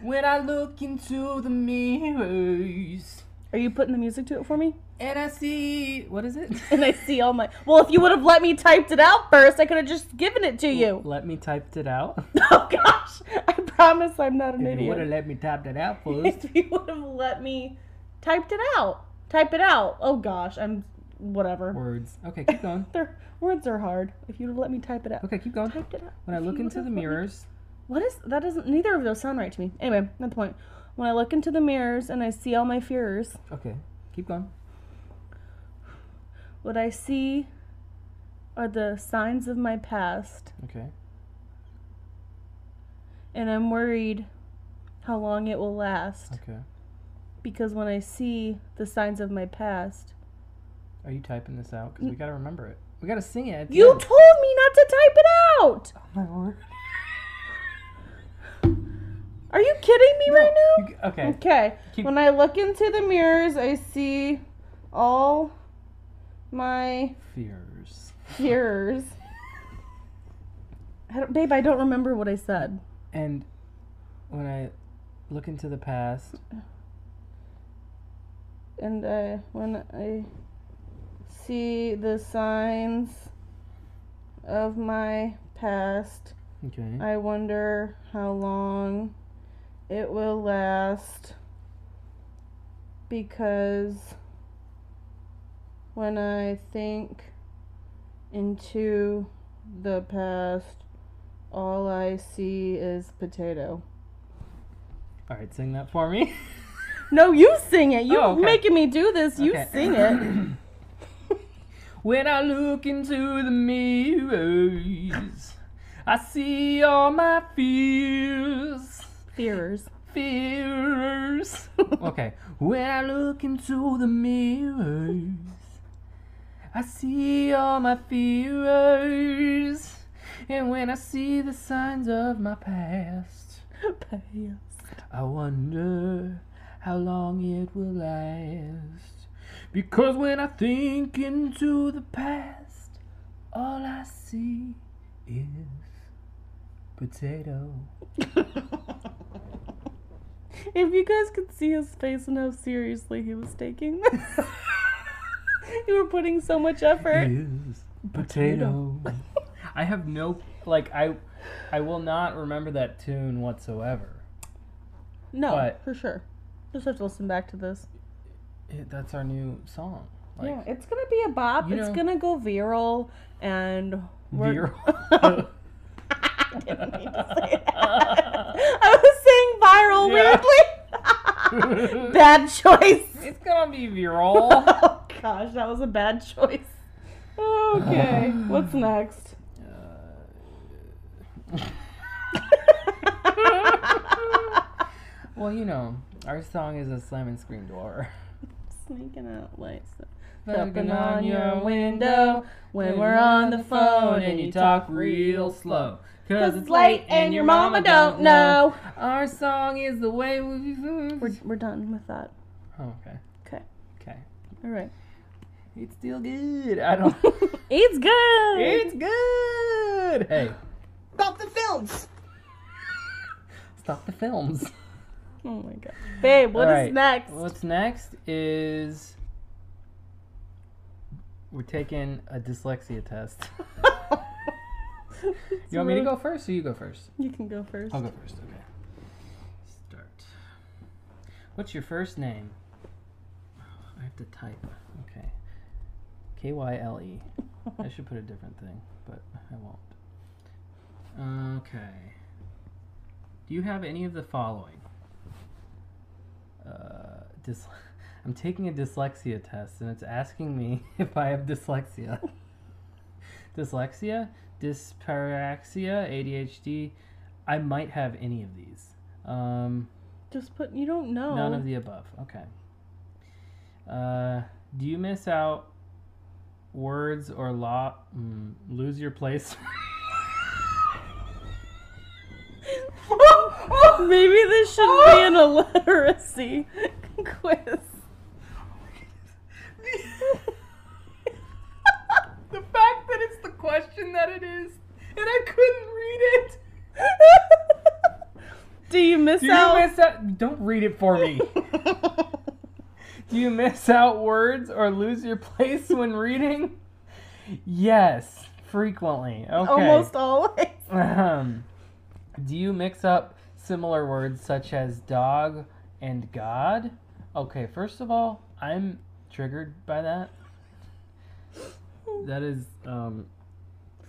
A: When I look into the mirrors.
B: Are you putting the music to it for me?
A: And I see. What is it?
B: And I see all my. Well, if you would have let me typed it out first, I could have just given it to you.
A: Let me typed it out.
B: Oh gosh, I promise I'm not an
A: If you would have
B: idiot.
A: let me type that out first.
B: If you would have let me typed it out, type it out. Oh gosh, I'm whatever.
A: Words. Okay, keep going.
B: Their words are hard. If you'd have let me type it out.
A: Okay, keep going.
B: Typed it out.
A: When I
B: If
A: look
B: you
A: into
B: would've
A: the
B: let me-
A: mirrors.
B: What is that? Doesn't neither of those sound right to me. Anyway, not the point. When I look into the mirrors and I see all my fears,
A: Okay, keep going.
B: what I see are the signs of my past,
A: Okay.
B: and I'm worried how long it will last.
A: Okay.
B: Because when I see the signs of my past,
A: Are you typing this out? Because we gotta remember it. We gotta sing it. At the
B: you
A: end.
B: told me not to type it out.
A: Oh my word.
B: Are you kidding me right now?
A: Okay.
B: Okay.
A: Keep-
B: When I look into the mirrors, I see all my
A: Fears.
B: fears. I don't, babe, I don't remember what I said.
A: And when I look into the past,
B: And I, when I see the signs of my past,
A: okay,
B: I wonder how long it will last. Because when I think into the past, all I see is potato.
A: all right, sing that for me.
B: No, you sing it. You're
A: Oh, okay.
B: making me do this. You
A: Okay.
B: sing it.
A: when I look into the mirrors, I see all my fears.
B: Fears.
A: Fears. okay. When I look into the mirrors, I see all my fears. And when I see the signs of my past, I wonder how long it will last. Because when I think into the past, all I see is potato.
B: If you guys could see his face and how seriously he was taking this, you were putting so much effort.
A: Is potato. I have no like I I will not remember that tune whatsoever.
B: No,
A: But-
B: for sure. Just have to listen back to this.
A: It, that's our new song. Like
B: yeah, it's gonna be a bop.
A: You
B: It's
A: know-
B: gonna go viral, and we're.
A: viral.
B: I didn't mean to say it. I was saying
A: Yeah.
B: viral weirdly. bad choice.
A: it's gonna be viral.
B: Oh gosh, that was a bad choice. Okay, what's next? Uh,
A: well, you know, our song is a slam and scream door.
B: Sneaking out lights.
A: Knocking on your window
B: when we're on the phone and you talk real
A: slow.
B: Cause it's late and your mama don't know.
A: Our song is the way we.
B: We're, we're done with that.
A: Oh, okay.
B: Okay.
A: Okay.
B: All right.
A: It's still good. I don't.
B: It's good.
A: it's good. Hey,
F: About the films.
A: stop the films.
B: Oh my god. Babe, What
A: All
B: is
A: right.
B: next?
A: What's next is we're taking a dyslexia test. You want me to go first, or you go first?
B: You can go 1st
A: I'll go first. Okay. Start. What's your first name? I have to type. Okay. K Y L E. I should put a different thing, but I won't. Okay. Do you have any of the following? Uh, dys- I'm taking a dyslexia test and it's asking me if I have dyslexia. dyslexia, dyspraxia, ADHD. I might have any of these. Um,
B: Just put. You don't know.
A: None of the above. Okay. Uh, do you miss out words or lo- mm, lose your place?
B: Maybe this should be an illiteracy quiz.
A: the fact that it's the question that it is, and I couldn't read it.
B: Do you miss
A: Do you
B: out?
A: miss out? Don't read it for me. Do you miss out words or lose your place when reading? Yes, frequently. Okay.
B: Almost always.
A: Ahem. Do you mix up similar words such as dog and God? Okay, first of all, I'm triggered by that. That is um,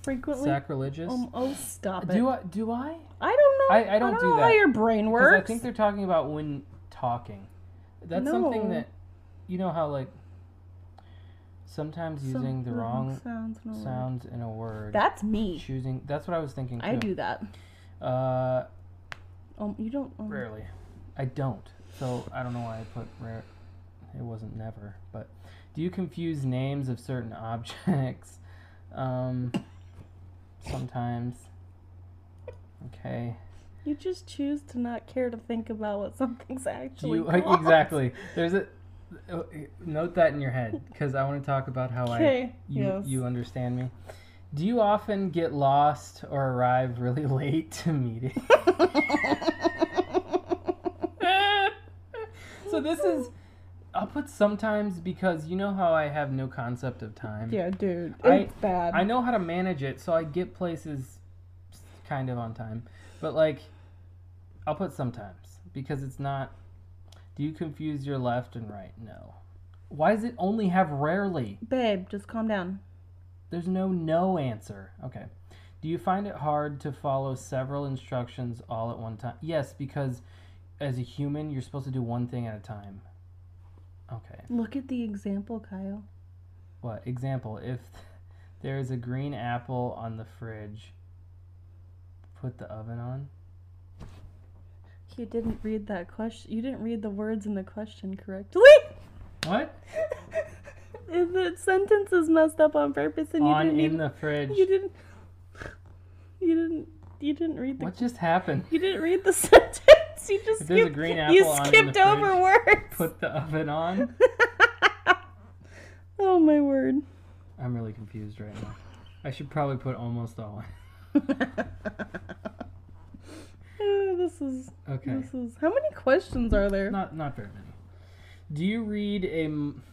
B: Frequently.
A: sacrilegious.
B: Um, oh, stop it.
A: do I? Do I?
B: I don't know.
A: I, I don't, do
B: know
A: that.
B: how your brain
A: because
B: works.
A: I think they're talking about when talking. That's something
B: No.
A: that you know how like sometimes using the
B: Something
A: wrong
B: sounds in a word.
A: sounds in a word.
B: That's me.
A: Choosing. That's what I was thinking. Too.
B: I do that.
A: Uh,
B: Um, you don't. Um,
A: rarely. I don't. So I don't know why I put rare. It wasn't never. But do you confuse names of certain objects? Um, sometimes. Okay.
B: You just choose to not care to think about what something's
A: Do
B: actually.
A: you
B: called.
A: exactly? There's a uh, note that in your head because I want to talk about how I
B: Okay,
A: you
B: yes.
A: you understand me. Do you often get lost or arrive really late to meetings? so this is I'll put sometimes because you know how I have no concept of time.
B: Yeah, dude. It's
A: I-
B: bad.
A: I know how to manage it, so I get places kind of on time. But like, I'll put sometimes because it's not. Do you confuse your left and right? No. Why does it only have rarely?
B: Babe, just calm down.
A: There's no no answer. Okay. Do you find it hard to follow several instructions all at one time? Yes, because as a human, you're supposed to do one thing at a time. Okay.
B: Look at the example, Kyle.
A: What? Example, if there is a green apple on the fridge, put the oven on?
B: You didn't read that question. You didn't read the words in the question correctly.
A: What?
B: And the sentence is messed up on purpose, and you
A: on
B: didn't.
A: in
B: even-
A: the fridge.
B: You didn't. You didn't. You didn't read the.
A: What just happened?
B: You didn't read the sentence. You just
A: If there's a
B: skipped-
A: green
B: you
A: apple on in the
B: skipped over
A: fridge.
B: words.
A: Put the oven on?
B: Oh my word.
A: I'm really confused right now. I should probably put almost all on.
B: Oh, this is
A: Okay.
B: This is how many questions are there?
A: Not not very many. Do you read a m-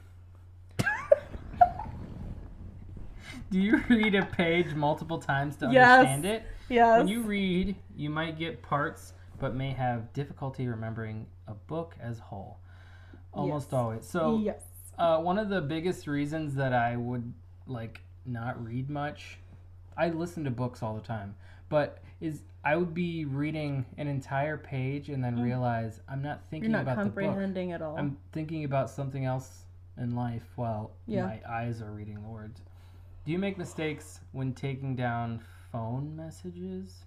A: Do you read a page multiple times to
B: Yes.
A: understand it?
B: yes.
A: When you read, you might get parts, but may have difficulty remembering a book as whole. Almost
B: Yes.
A: always. So,
B: yes.
A: uh, one of the biggest reasons that I would like not read much, I listen to books all the time, but is I would be reading an entire page and then realize I'm not
B: Mm. You're
A: thinking
B: not
A: about the book.
B: comprehending at all.
A: I'm thinking about something else in life while
B: Yeah.
A: my eyes are reading the words. Do you make mistakes when taking down phone messages?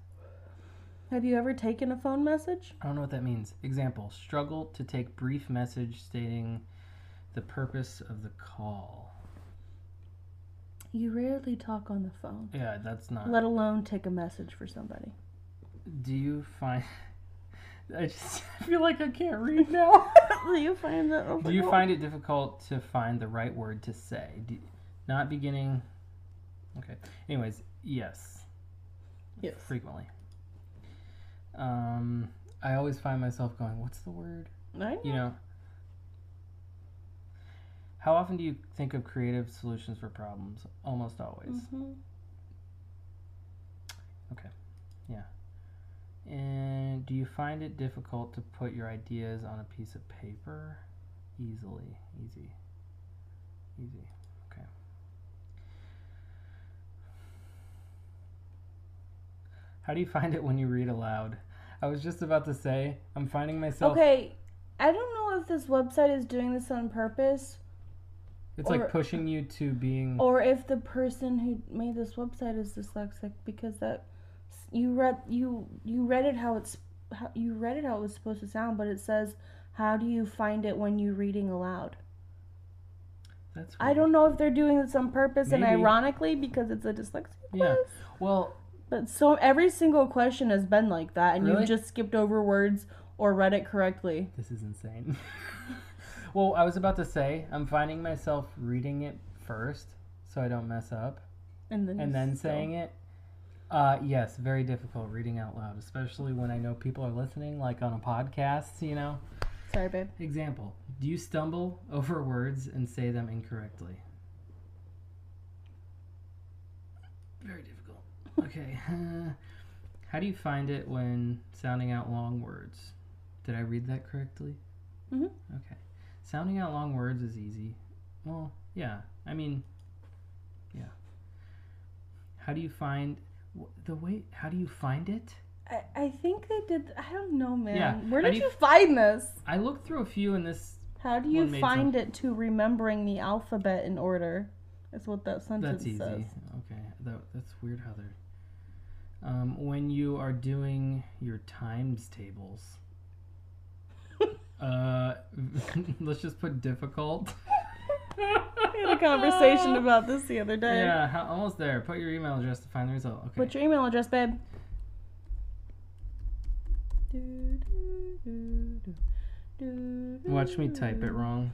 B: Have you ever taken a phone message?
A: I don't know what that means. Example: struggle to take brief message stating the purpose of the call.
B: You rarely talk on the phone,
A: Yeah, that's not.
B: let alone take a message for somebody.
A: Do you find? I just feel like I can't read now.
B: Do you find that?
A: Do you find it difficult to find the right word to say? Do, not beginning. Okay. Anyways, yes,
B: Yes.
A: frequently. Um, I always find myself going, "What's the word?"
B: I know.
A: you know how often do you think of creative solutions for problems almost always
B: Mhm.
A: and do you find it difficult to put your ideas on a piece of paper easily easy easy okay how do you find it when you read aloud i was just about to say i'm finding myself
B: Okay, I don't know know if this website is doing this on purpose
A: It's
B: Or-
A: like pushing you to being.
B: or if the person who made this website is dyslexic because that you read you you read it how it's how, you read it how it was supposed to sound but it says how do you find it when you're reading aloud
A: That's
B: i don't know if they're doing this on purpose and
A: Mm. Maybe.
B: ironically because it's a dyslexic
A: Yeah.
B: quiz
A: well
B: but so every single question has been like that and
A: Really?
B: you just skipped over words or read it correctly
A: This is insane. well, I was about to say I'm finding myself reading it first so I don't mess up,
B: and then
A: and then
B: still-
A: saying it. Uh, yes, very difficult reading out loud, especially when I know people are listening, like on a podcast. You know.
B: sorry babe
A: Example: Do you stumble over words and say them incorrectly? Very difficult. Okay. uh, how do you find it when sounding out long words? Did I read that correctly? Mm-hmm.
B: Mhm.
A: Okay. Sounding out long words is easy. Well, yeah. I mean, yeah. How do you find wh- the way? How do you find it?
B: I, I think they did i don't know man
A: Yeah.
B: where
A: How
B: did
A: do
B: you,
A: you-
B: find this
A: I looked through a few in this.
B: How do
A: one
B: you
A: made
B: find it to remembering the alphabet in order? Is what that sentence
A: That's easy.
B: says.
A: Okay, that, that's weird how they're. Um, when you are doing your times tables, uh, let's just put difficult.
B: We had a conversation about this the other day.
A: Yeah, how, almost there. Put your email address to find the result. Okay.
B: What's your email address, babe?
A: Watch me type it wrong.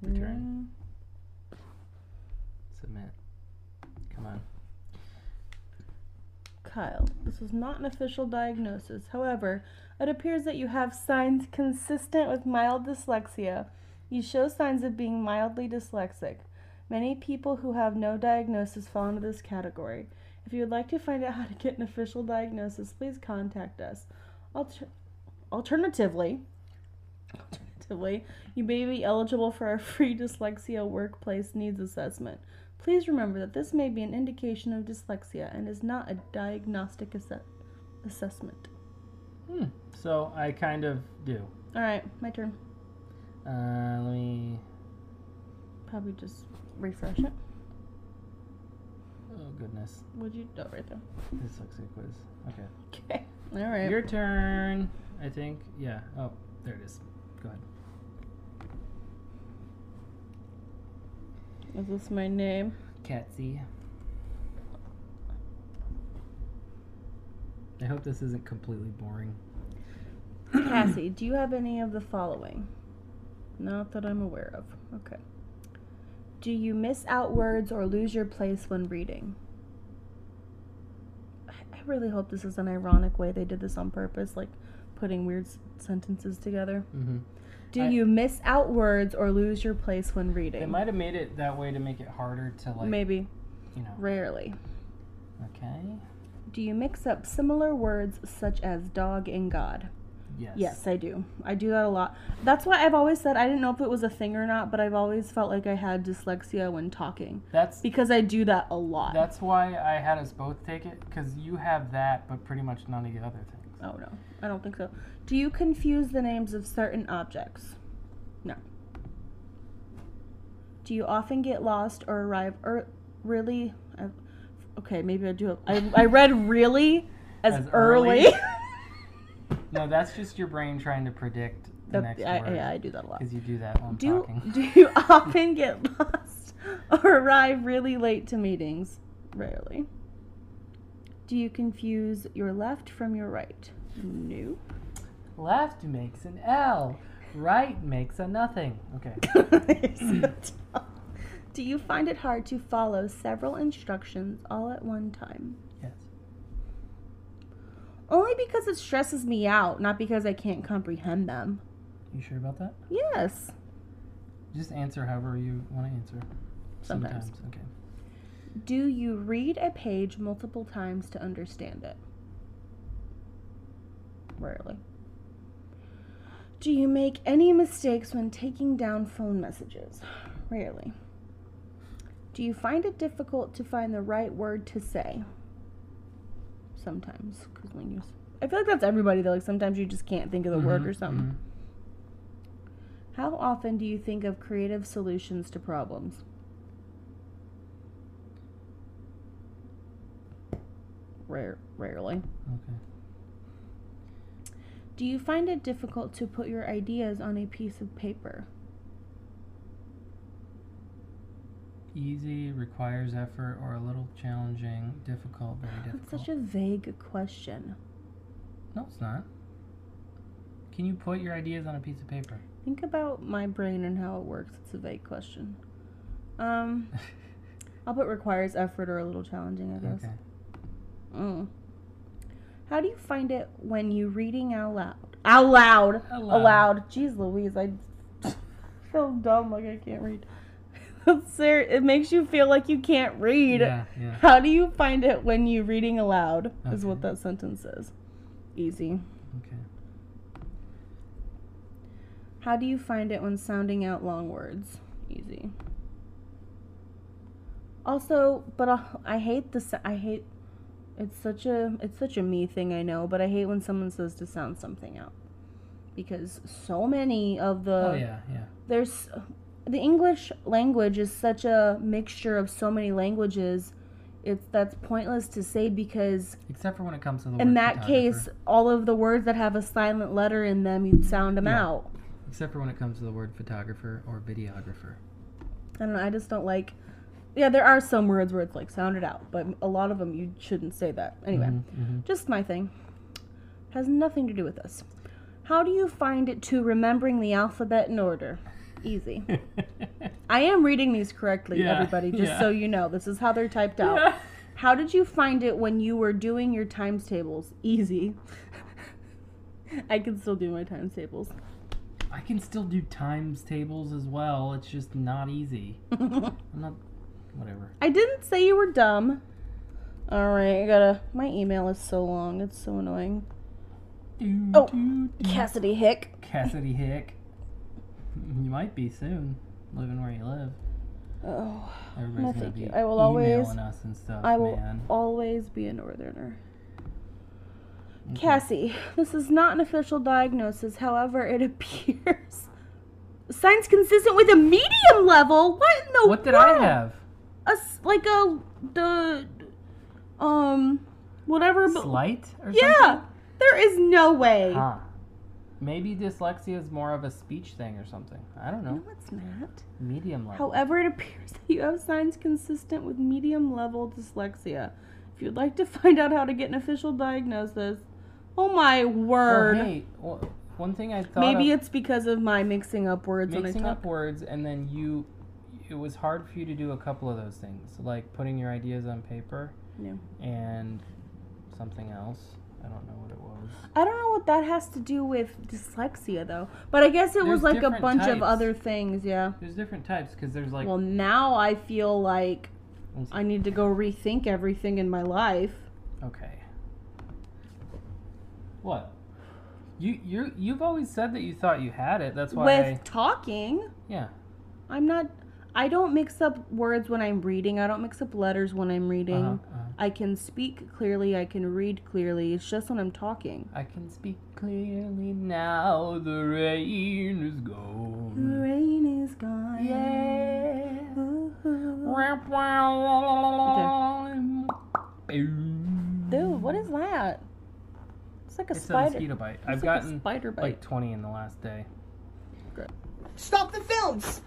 A: Return. Submit. Come on.
B: Kyle, this was not an official diagnosis. However, it appears that you have signs consistent with mild dyslexia. You show signs of being mildly dyslexic. Many people who have no diagnosis fall into this category. If you would like to find out how to get an official diagnosis, please contact us. Alter- alternatively, alternatively, you may be eligible for a free dyslexia workplace needs assessment. Please remember that this may be an indication of dyslexia and is not a diagnostic asse- assessment.
A: Hmm. So I kind of do.
B: All right, my turn.
A: Uh, let me.
B: Probably just refresh it.
A: Oh goodness.
B: Would you? Oh, right there.
A: This looks like quiz. Okay.
B: Okay. All right.
A: Your turn. I think. Yeah. Oh, there it is. Go ahead.
B: Is this my name?
A: Catsy. I hope this isn't completely boring.
B: Cassie, do you have any of the following? Not that I'm aware of. Okay. Do you miss out words or lose your place when reading? I I really hope this is an ironic way they did this on purpose, like putting weird s- sentences together.
A: Mm-hmm.
B: Do
A: I-
B: you miss out words or lose your place when reading?
A: They might have made it that way to make it harder to like.
B: Maybe.
A: You know.
B: Rarely.
A: Okay.
B: Do you mix up similar words such as dog and God?
A: Yes.
B: Yes, I do. I do that a lot. That's why I've always said I didn't know if it was a thing or not, but I've always felt like I had dyslexia when talking
A: That's
B: because I do that a lot.
A: that's why I had us both take it because you have that, but pretty much none of the other things.
B: oh no, I don't think so. Do you confuse the names of certain objects? No. Do you often get lost or arrive ear really? I, okay, maybe I do. Have, I I read really as,
A: As
B: early.
A: early? No, that's just your brain trying to predict the
B: That-
A: next
B: I-
A: word.
B: yeah, I do that a lot.
A: Because you do that while I'm
B: Do
A: talking.
B: do you often get lost or arrive really late to meetings? Rarely. Do you confuse your left from your right? No.
A: Left makes an L. Right makes a nothing. Okay.
B: Do you find it hard to follow several instructions all at one time?
A: Yes.
B: Only because it stresses me out, not because I can't comprehend them.
A: You sure about that?
B: Yes.
A: Just answer however you want to answer.
B: Sometimes.
A: Okay.
B: Do you read a page multiple times to understand it? Rarely. Do you make any mistakes when taking down phone messages? Rarely. Do you find it difficult to find the right word to say? sometimes because when you, I feel like that's everybody though. Like sometimes you just can't think of the word
A: Mhm,
B: or something. How often do you think of creative solutions to problems? Rare, rarely.
A: mm-hmm. Okay.
B: Do you find it difficult to put your ideas on a piece of paper?
A: Easy requires effort or a little challenging, difficult, very difficult.
B: That's such a vague question.
A: No, it's not. Can you put your ideas on a piece of paper?
B: Think about my brain and how it works. It's a vague question. Um, I'll put requires effort or a little challenging, I guess.
A: Okay.
B: Mm. How do you find it when you reading out loud? Out loud,
A: Aloud.
B: aloud. Jeez, Louise, I feel dumb like I can't read. Ser- it makes you feel like you can't read.
A: Yeah, yeah.
B: How do you find it when you reading aloud? Is what
A: Okay.
B: that sentence is. Easy.
A: Okay.
B: How do you find it when sounding out long words? Easy. Also, but I, I hate this. I hate. It's such a it's such a me thing I know, but I hate when someone says to sound something out, because so many of the
A: oh yeah, yeah.
B: there's the English language is such a mixture of so many languages. It's that's pointless to say because
A: Except for when it comes to the
B: in
A: word
B: that case,
A: photographer.
B: all of the words that have a silent letter in them, you'd sound them
A: Yeah.
B: out.
A: Except for when it comes to the word photographer or videographer.
B: I don't know. I just don't like. Yeah, there are some words where it's like sounded out, but a lot of them you shouldn't say that. Anyway,
A: Mhm, mhm.
B: just my thing. Has nothing to do with this. How do you find it to remembering the alphabet in order? Easy. I am reading these correctly,
A: Yeah,
B: everybody, just
A: yeah.
B: so you know. This is how they're typed out.
A: Yeah.
B: How did you find it when you were doing your times tables? Easy. I can still do my times tables.
A: I can still do times tables as well. It's just not easy. I'm not. Whatever.
B: I didn't say you were dumb. All right, I gotta. My email is so long; it's so annoying. Oh, Cassidy Hick.
A: Cassidy Hick. You might be soon, living where you live.
B: Oh,
A: Everybody's
B: no,
A: gonna
B: thank
A: be
B: you. I will
A: emailing
B: always.
A: us and stuff,
B: I will
A: man.
B: always be a northerner. Cassie, this is not an official diagnosis. However, it appears signs consistent with a medium level. What in the
A: What did I
B: world?
A: have?
B: A s- like a the um whatever. but-
A: Slight or something?
B: Yeah, there is no way.
A: Huh. Maybe dyslexia is more of a speech thing or something. I don't know.
B: No, it's not.
A: Medium level.
B: However, it appears that you have signs consistent with medium level dyslexia. If you'd like to find out how to get an official diagnosis, oh my
A: Well,
B: word.
A: hey, well, one thing I thought
B: Maybe
A: of,
B: it's because of my mixing up words
A: mixing
B: when I
A: up
B: talk.
A: words, and then you, it was hard for you to do a couple of those things, like putting your ideas on paper
B: No.
A: and something else. I don't know what it was.
B: I don't know what that has to do with dyslexia though. But I guess it was
A: There's
B: like a
A: different
B: bunch of
A: types.
B: other things, yeah.
A: There's different types because there's like
B: well, now I feel like
A: One sec.
B: I need to go rethink everything in my life.
A: okay. What? You you you've always said that you thought you had it. That's why
B: with
A: I,
B: talking.
A: yeah. uh-huh,
B: I'm not. I don't mix up words when I'm reading. I don't mix up letters when I'm reading.
A: Uh-huh, uh-huh.
B: I can speak clearly. I can read clearly. It's just when I'm talking.
A: I can speak clearly now. The rain is
B: The
A: gone.
B: rain is gone.
A: Yeah.
B: Ooh.
A: Dude,
B: Dude, what is that? It's like a
A: it's a
B: spider.
A: mosquito bite.
B: it's
A: I've
B: like a
A: gotten
B: spider bite.
A: like 20 in the last day.
F: Stop the films!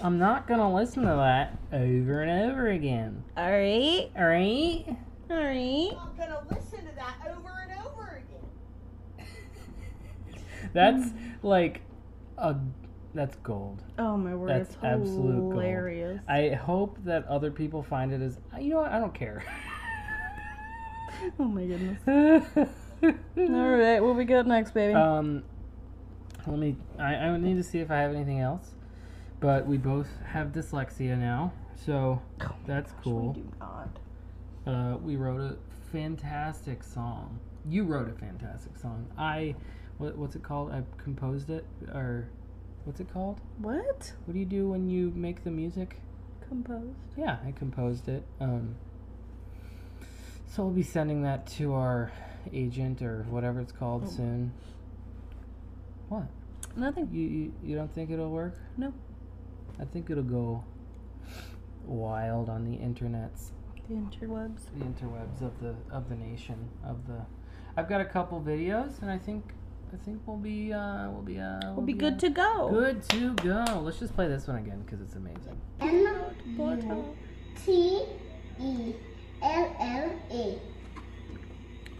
A: I'm not gonna listen to that over and over again.
B: All right.
A: All right?
B: All right.
F: I'm not gonna listen to that over and over again.
A: That's
B: Hmm.
A: like a that's gold.
B: Oh my word.
A: That's
B: it's
A: absolute gold.
B: hilarious.
A: I hope that other people find it as you know what, I don't care.
B: Oh my goodness. All right. What we got next, baby?
A: Um, let me. I, I would need to see if I have anything else, but we both have dyslexia now, so that's cool.
B: We do not.
A: Uh, we wrote a fantastic song. You wrote a fantastic song. I, what, what's it called? I composed it, or what's it called?
B: What?
A: What do you do when you make the music?
B: Composed.
A: Yeah, I composed it. Um, So we'll be sending that to our agent or whatever it's called
B: Oh.
A: soon. What?
B: Nothing.
A: You, you you don't think it'll work?
B: No.
A: I think it'll go wild on the internets,
B: The interwebs.
A: the interwebs of the of the nation of the. I've got a couple videos, and I think I think we'll be uh, we'll be uh, we'll,
B: be good to go.
A: Good to go. Let's just play this one again because it's amazing.
G: T E L L A.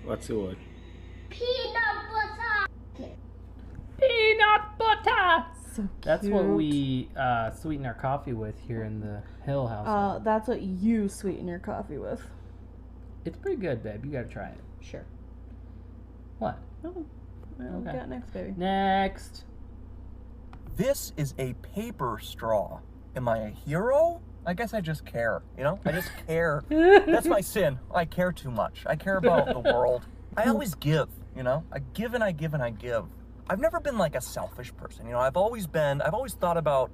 E: What's the word?
G: Peanut butter.
B: Peanut butter. So cute.
A: That's what we uh, sweeten our coffee with here in the Hill House.
B: Uh, that's what you sweeten your coffee with.
A: it's pretty good, babe. You gotta try it.
B: Sure.
A: What?
B: Oh, well, we
A: Okay.
B: got next, baby.
A: Next.
K: This is a paper straw. Am I a hero? I guess I just care, you know? I just care. That's my sin. I care too much. I care about the world. I always give, you know? I give and I give and I give. I've never been like a selfish person, you know? I've always been, I've always thought about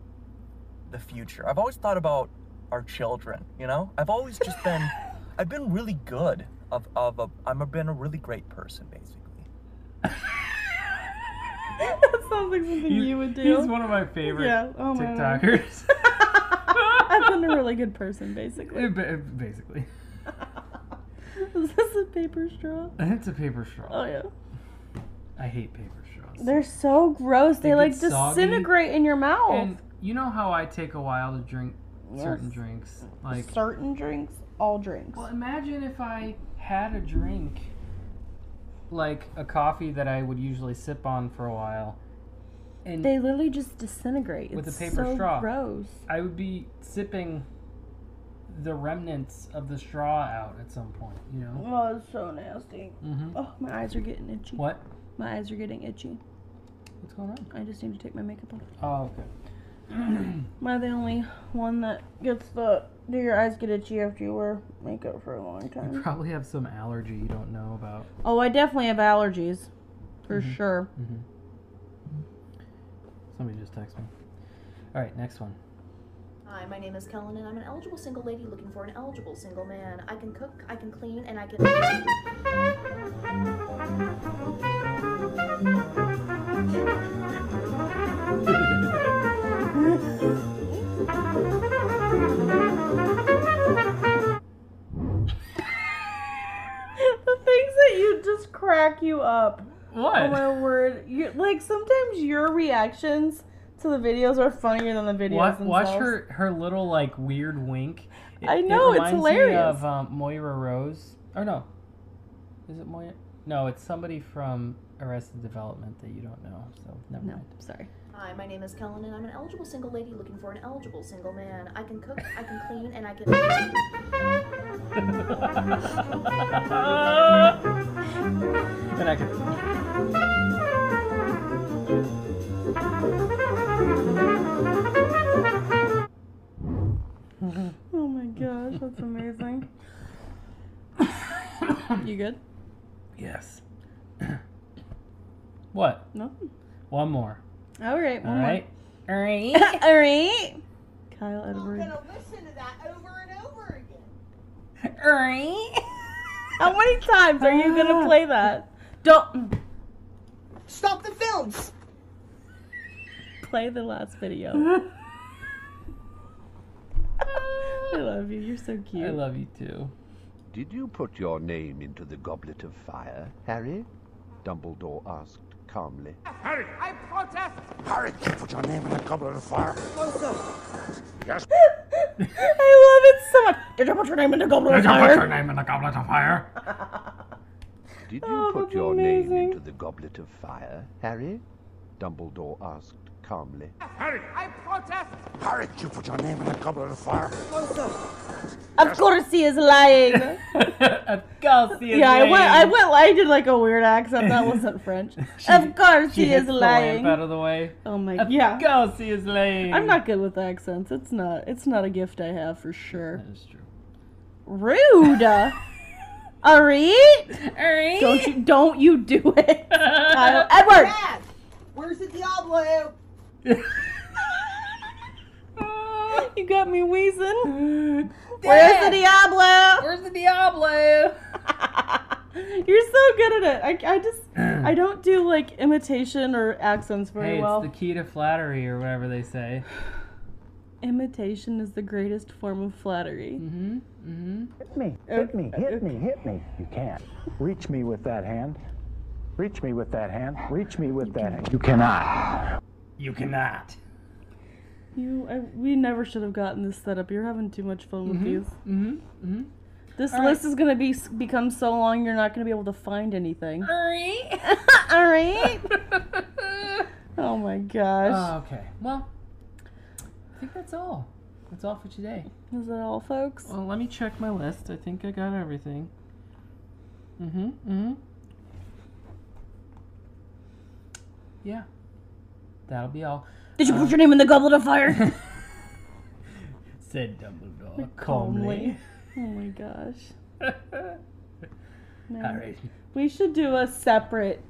K: the future. I've always thought about our children, you know? I've always just been, I've been really good. Of, of a, I've been a really great person, basically.
B: that sounds like something you, would do.
A: He's one of my favorite
B: Yeah, oh my God.
A: TikTokers.
B: I've been a really good person, basically.
A: Eh, Ba- Basically,
B: Is this a paper straw?
A: it's a paper straw.
B: Oh yeah.
A: I hate paper straws.
B: They're so gross. They,
A: They
B: like
A: get soggy.
B: disintegrate in your mouth.
A: And you know how I take a while to drink certain
B: Yes.
A: drinks. Like,
B: certain drinks, all drinks.
A: well, imagine if I had a drink, like a coffee that I would usually sip on for a while, and
B: They literally just disintegrate.
A: with a
B: It's
A: paper
B: so
A: straw,
B: Gross.
A: I would be sipping the remnants of the straw out at some point. You know.
B: Oh, it's so nasty.
A: Mm-hmm.
B: Oh, my eyes are getting itchy.
A: What?
B: My eyes are getting itchy.
A: What's going on?
B: I just need to take my makeup off.
A: Oh, okay.
B: Am I the only one that gets the? Do your eyes get itchy after you wear makeup for a long
A: You
B: time?
A: probably have some allergy you don't know about.
B: Oh, I definitely have allergies, for
A: Mhm.
B: sure.
A: Mm-hmm. Somebody just texted me. All right, next one.
L: Hi, my name is Kellen, and I'm an eligible single lady looking for an eligible single man. I can cook, I can clean, and I can.
B: the things that you just crack you up.
A: What?
B: Oh my word! You like sometimes your reactions to the videos are funnier than the videos
A: Watch,
B: themselves.
A: watch her her little like weird wink. It,
B: I know, it's
A: it reminds Me
B: hilarious.
A: of um, Moira Rose. Or no, is it Moira? No, it's somebody from Arrested Development that you don't know. So never
B: No,
A: mind.
B: sorry.
L: Hi, my name is Kellen, and I'm an eligible single lady looking for an eligible single man. I can cook, I can clean, and I can.
A: And I could.
B: Oh my gosh, that's amazing. you good?
A: Yes. what?
B: No.
A: One more.
B: All right.
A: All
B: One more.
A: right. All right.
B: All right. Kyle Edward.
F: gonna listen to that over and over again.
B: All right. How many times are you
A: Ah.
B: gonna play that? Don't
F: Stop the films!
B: play the last video. I love you. You're so cute.
A: I love you too.
M: Did you put your name into the goblet of fire, Harry? Dumbledore asked calmly.
H: Harry! I protest! Harry, you put your name in the goblet of fire. Closer! Yes.
B: I love it so much. Did you put your name in the goblet of fire?
A: name in the goblet of fire?
M: Did you
B: Oh,
M: put
B: that's
M: your name
B: amazing.
M: into the goblet of fire, Harry? Dumbledore asked calmly.
H: Harry! I protest! Harry, you put your name in the goblet of fire. Closer!
B: Of course he is lying. yeah, I went. I went. I did like a weird accent. That wasn't French. of course
A: She
B: he is
A: hits the lamp
B: lying.
A: out of the way.
B: Oh my
A: Of
B: yeah.
A: course he is lying.
B: I'm not good with accents. It's not. It's not a gift I have for sure.
A: That is true.
B: Rude. All right. Don't you? Don't you do it, Kyle Edward.
F: Dad, Where's the Diablo?
B: You got me wheezing. Where's the Diablo?
A: Where's the Diablo?
B: You're so good at it. I, I just I don't do like imitation or accents very
A: hey,
B: well.
A: it's the key to flattery or whatever they say.
B: Imitation is the greatest form of flattery. Mm-hmm. Mm-hmm.
D: Hit me, hit me, hit me, hit me. You can't. Reach me with that hand. Reach me with that hand. Reach me with that hand. You cannot.
A: You cannot.
B: You, I, we never should have gotten this set up. You're having too much fun with
A: Mhm,
B: these.
A: Mm-hmm. Mm-hmm.
B: This
A: All right.
B: list is gonna be become so long you're not gonna be able to find anything.
A: All right.
B: All right.
A: mm-hmm.
B: oh my gosh.
A: Oh, okay. Well, I think that's all. That's all for today.
B: Is that all, folks?
A: Well, let me check my list. I think I got everything. Mm-hmm. Mm-hmm. Yeah. That'll be all.
B: Did you
A: uh.
B: put your name in the goblet of fire?
A: Said Dumbledore
B: Calmly.
A: calmly.
B: Oh my gosh. Man.
A: All right.
B: We should do a separate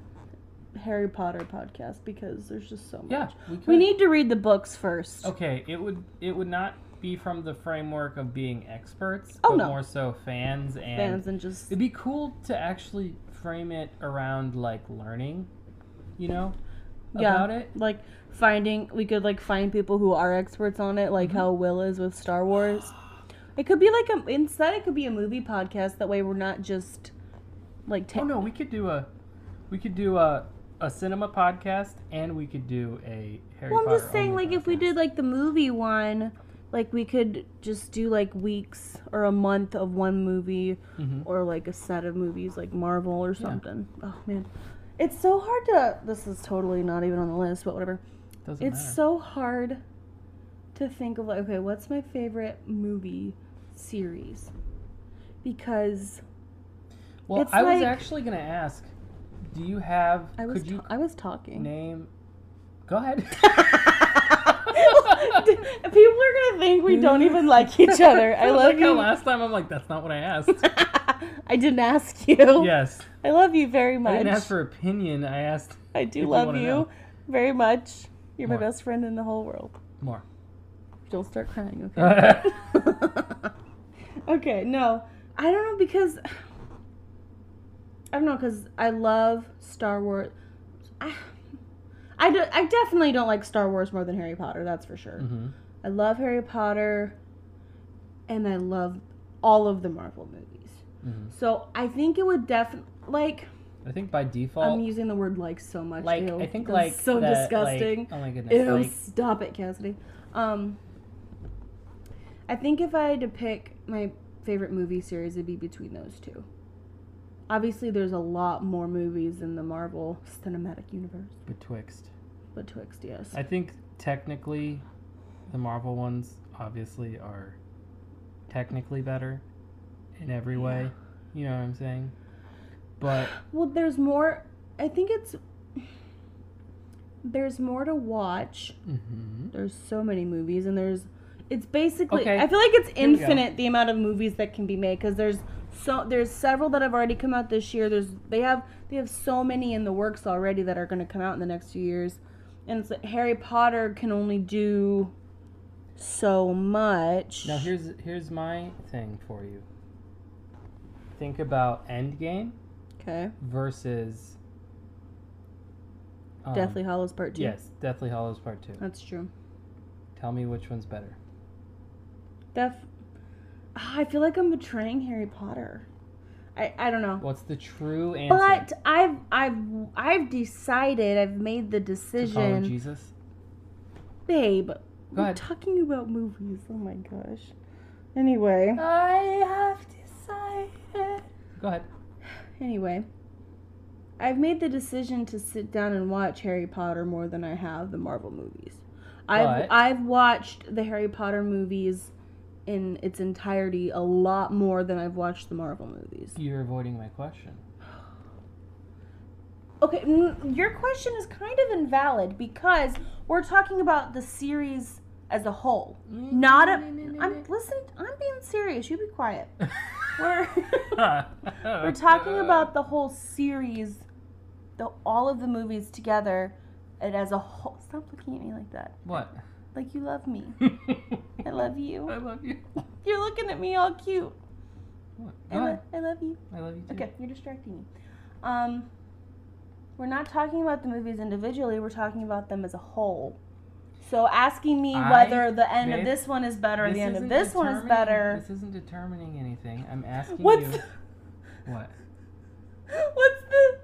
B: Harry Potter podcast because there's just so much.
A: Yeah, we
B: we
A: could.
B: need to read the books first.
A: Okay. It would. It would not be from the framework of being experts,
B: Oh,
A: but
B: no.
A: more so fans and
B: Fans and just
A: It'd be cool to actually frame it around like learning, you know,
B: yeah,
A: about it.
B: like finding we could like find people who are experts on it,
A: Mm-hmm.
B: like how Will is with Star Wars. It could be like a instead it could be a movie podcast. That way we're not just like ta-
A: Oh no, we could do a, we could do a a cinema podcast, and we could do a Harry
B: well, I'm
A: Potter.
B: just saying,
A: only
B: like, if we did like the movie one, like we could just do like weeks or a month of one movie,
A: Mhm.
B: or like a set of movies, like Marvel or something. Oh man, it's so hard to. This is totally not even on the list, but whatever.
A: Doesn't
B: it's
A: matter.
B: so hard to think of like, okay, what's my favorite movie series? Because
A: Well,
B: it's
A: I was
B: like-
A: actually gonna ask, do you have?
B: I was
A: could you
B: ta- I was talking.
A: name? Go ahead.
B: People are gonna think we don't even like each other. I love
A: like
B: you.
A: How last time I'm like, that's not what I asked.
B: I didn't ask you.
A: yes,
B: I love you very much.
A: I didn't ask for opinion. I asked.
B: I
A: if
B: do love
A: wanna
B: you,
A: know.
B: very much. You're my
A: More.
B: best friend in the whole world.
A: More.
B: Don't start crying, okay? okay, no. I don't know because I don't know because I love Star Wars. I, I, do- I definitely don't like Star Wars more than Harry Potter, that's for sure.
A: Mhm.
B: I love Harry Potter and I love all of the Marvel movies.
A: Mhm.
B: So I think it would definitely, like,
A: I think by default,
B: I'm using the word like so much.
A: Like,
B: ew.
A: I think,
B: That's
A: like,
B: so
A: that,
B: disgusting.
A: like- oh my goodness,
B: Ew,
A: like-
B: stop it, Cassidy. Um, I think if I had to pick my favorite movie series, it'd be between those two. Obviously, there's a lot more movies in the Marvel Cinematic Universe,
A: betwixt.
B: but Twixt, yes.
A: I think technically, the Marvel ones obviously are technically better in every way. You know what I'm saying? But
B: Well, there's more. I think it's there's more to watch.
A: Mhm.
B: There's so many movies, and there's it's basically.
A: Okay,
B: I feel like it's
A: here we go.
B: infinite the amount of movies that can be made because there's so there's several that have already come out this year. There's they have they have so many in the works already that are going to come out in the next few years, and it's like Harry Potter can only do so much.
A: now here's here's my thing for you. Think about Endgame
B: okay,
A: versus um,
B: Deathly Hollows Part Two.
A: Yes, Deathly Hollows Part Two.
B: that's true.
A: Tell me which one's better.
B: Def. Ah, I feel like I'm betraying Harry Potter. I, I don't know.
A: What's the true answer?
B: Um, But I've I've I've decided I've made the
A: To follow
B: decision,
A: Jesus.
B: babe.
A: Go
B: We're
A: ahead.
B: talking about movies. Oh my gosh. Anyway.
H: I have decided.
A: Go ahead.
B: Anyway. I've made the decision to sit down and watch Harry Potter more than I have the Marvel movies. I've
A: But-
B: I've watched the Harry Potter movies in its entirety a lot more than I've watched the Marvel movies.
A: You're avoiding my question.
B: Okay, n- your question is kind of invalid because we're talking about the series as a whole. Not a. I'm listen. I'm being serious. You be quiet. we're we're talking about the whole series, the all of the movies together, and as a whole. Stop looking at me like that.
A: What?
B: Like you love me. I love you. I
A: Oh. love you.
B: You're looking at me all cute.
A: Go
B: Emma,
A: ahead.
B: I love you.
A: I love you too.
B: Okay, you're distracting me. Um, we're not talking about the movies individually. We're talking about them as a whole. So asking me
A: I-
B: whether the end of
A: babe,
B: this one is better, or the end of
A: isn't
B: this one is
A: determining-
B: better.
A: This isn't determining anything. I'm asking
B: What's
A: you. What?
B: What's the?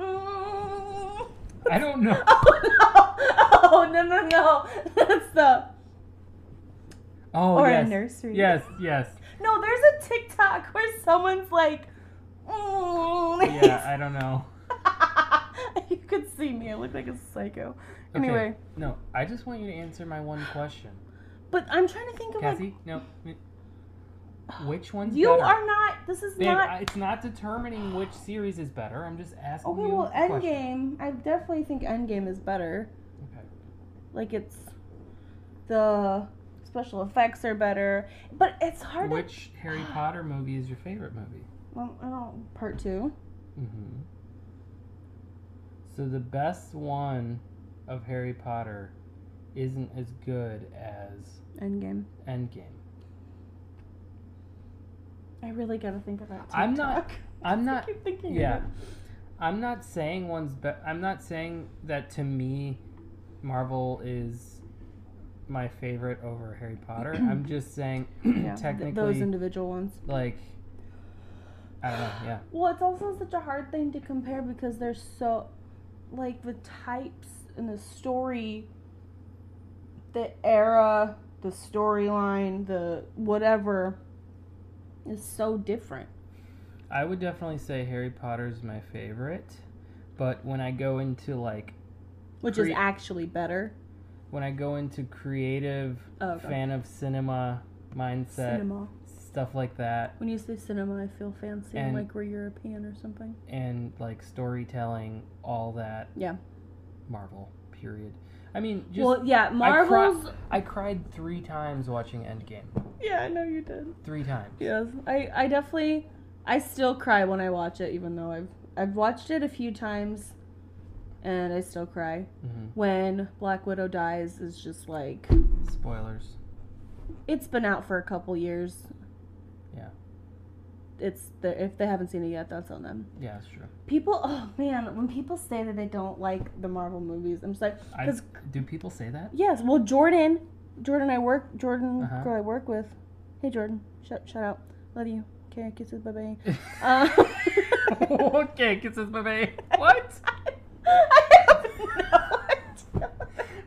B: Mm.
A: I don't know.
B: Oh no! Oh no no no! That's the.
A: Oh,
B: Or a
A: yes.
B: nursery.
A: Yes, yes.
B: No, there's a TikTok where someone's like. Mm.
A: Yeah, I don't know.
B: you could see me. I look like a psycho.
A: Okay,
B: Anyway,
A: No, I just want you to answer my one question.
B: but I'm trying to think of like
A: Cassie, no. mi- Which one's
B: you
A: better?
B: are not. This is
A: Babe,
B: not.
A: I- it's not determining which series is better. I'm just asking
B: Okay,
A: you.
B: well,
A: a question.
B: Endgame. I definitely think Endgame is better.
A: Okay.
B: Like it's the special effects are better, but it's hard.
A: Which Harry Potter movie is your favorite movie?
B: To, well, I don't part two.
A: Mm-hmm. So the best one of Harry Potter isn't as good as
B: Endgame.
A: Endgame.
B: I really gotta think about. TikTok.
A: I'm not. I'm not.
B: keep thinking of
A: yeah.
B: it.
A: I'm not saying one's. Be- I'm not saying that to me, Marvel is my favorite over Harry Potter. I'm just saying
B: Yeah, th-
A: technically
B: those individual ones.
A: Like. I don't know. Yeah.
B: Well, it's also such a hard thing to compare because they're so, like the types and the story, the era, the storyline, the whatever, is so different.
A: I would definitely say Harry Potter's my favorite, but when I go into like
B: Which is
A: crea-
B: actually better.
A: when I go into creative
B: Oh, okay.
A: fan of cinema mindset
B: Cinema.
A: stuff like that
B: When you say cinema, I feel fancy,
A: And-
B: like we're European or something.
A: and like storytelling all that
B: Yeah.
A: Marvel period. I mean just
B: Well, yeah,
A: I cri-
B: Marvel's-
A: I, cried 3 times watching Endgame.
B: Yeah, I know you did.
A: 3 times.
B: Yes, I, I definitely, I still cry when I watch it, even though I've I've watched it a few times, and I still cry.
A: Mhm.
B: When Black Widow dies is just like
A: Spoilers.
B: it's been out for a couple years.
A: Yeah.
B: It's the if they haven't seen it yet, that's on them.
A: Yeah, that's true.
B: People, oh man, when people say that they don't like the Marvel movies, I'm just like,
A: I,
B: because
A: do people say that?
B: Yes. Well, Jordan, Jordan, I work, Jordan,
A: Uh-huh.
B: girl I work with. Hey, Jordan, shut, shut out. Love you. Okay, kisses, bye bye. uh,
A: okay, kisses, bye bye. What?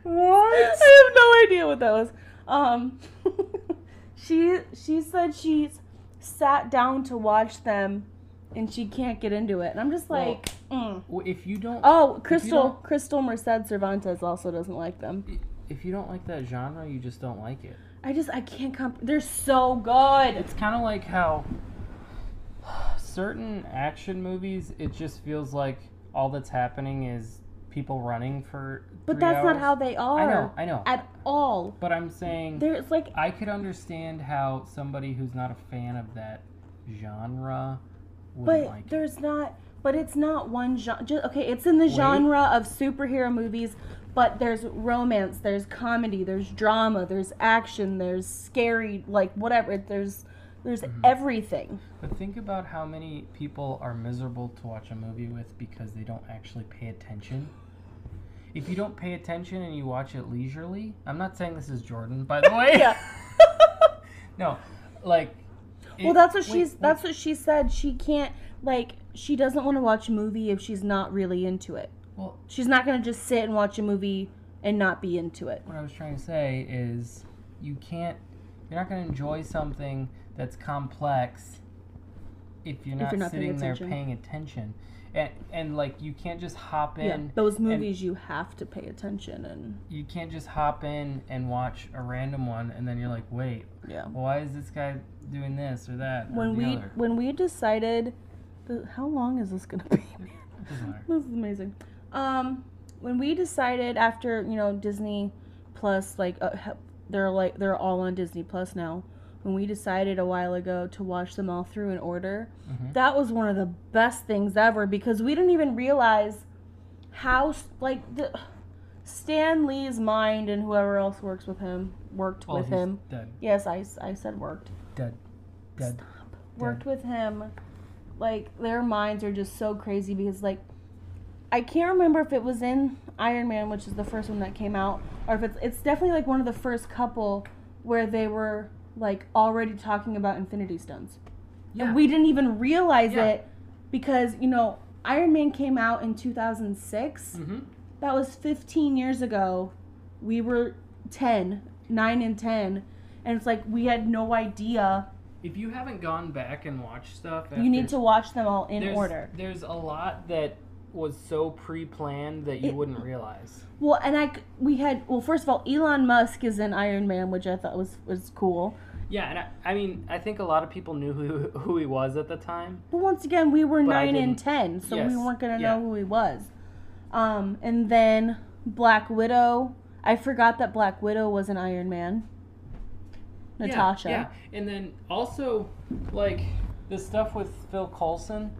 B: what? I have no idea what that was. Um, she she said she's sat down to watch them, and she can't get into it. And I'm just
A: Well,
B: like, mm.
A: Well, if you don't
B: oh,
A: if you
B: Crystal
A: don't-
B: Crystal Merced Cervantes also doesn't like them.
A: if you don't like that genre, you just don't like it.
B: I just I can't comp. They're so good.
A: It's kind of like how certain action movies, it just feels like all that's happening is people running for.
B: But
A: three
B: that's not
A: hours.
B: how they are.
A: I know, I know.
B: At all.
A: But I'm saying
B: There's like
A: I could understand how somebody who's not a fan of that genre wouldn't
B: but
A: like. it.
B: there's not but it's not one genre okay, it's in the
A: Wait.
B: genre of superhero movies, but there's romance, there's comedy, there's drama, there's action, there's scary like whatever. There's there's
A: Mm-hmm.
B: everything.
A: But think about how many people are miserable to watch a movie with because they don't actually pay attention. If you don't pay attention and you watch it leisurely, I'm not saying this is Jordan, by the way. no, like.
B: well,
A: it-
B: that's what
A: wait,
B: she's
A: wait.
B: that's what she said. She can't like she doesn't want to watch a movie if she's not really into it.
A: Well-
B: she's not going to just sit and watch a movie and not be into it.
A: What I was trying to say is, you can't. You're not going to enjoy something that's complex if you're
B: If
A: not,
B: you're not paying
A: sitting there
B: attention.
A: paying attention. And, and like you can't just hop in.
B: Yeah, those
A: and-
B: movies you have to pay attention and
A: you can't just hop in and watch a random one and then you're like, wait,
B: Yeah.
A: why is this guy doing this or that?
B: when
A: or the
B: we
A: other?
B: when we decided the, how long is this gonna be man?
A: Doesn't matter.
B: this is amazing um when we decided after you know disney plus like uh, he- they're like they're all on disney plus now when we decided a while ago to watch them all through in order
A: Mhm.
B: that was one of the best things ever because we didn't even realize how s- like the stan lee's mind and whoever else works with him worked
A: Well,
B: with
A: he's
B: him
A: dead.
B: yes i, s- I said worked
A: Dead. Dead.
B: worked with him, like their minds are just so crazy because like I can't remember if it was in Iron Man, which is the first one that came out, or if it's it's definitely like one of the first couple where they were like already talking about Infinity Stones.
A: Yeah.
B: And we didn't even realize it because, you know, Iron Man came out in 2006.
A: Mhm.
B: That was 15 years ago. We were 10, 9 and 10, and it's like we had no idea.
A: If you haven't gone back and watched stuff,
B: You need
A: after-
B: to watch them all in
A: there's,
B: order.
A: There's a lot that was so pre-planned that you wouldn't realize.
B: Well, and I c- we had well, first of all, Elon Musk is in Iron Man, which I thought was was cool.
A: Yeah, and I, I mean, I think a lot of people knew who who he was at the time.
B: But once again, we were
A: But I
B: nine and
A: didn't-
B: ten, so we
A: yes,
B: weren't gonna
A: yeah.
B: know who he was. Um, and then Black Widow. I forgot that Black Widow was an Iron Man.
A: Yeah,
B: Natasha.
A: Yeah, and then also like the stuff with Phil Coulson.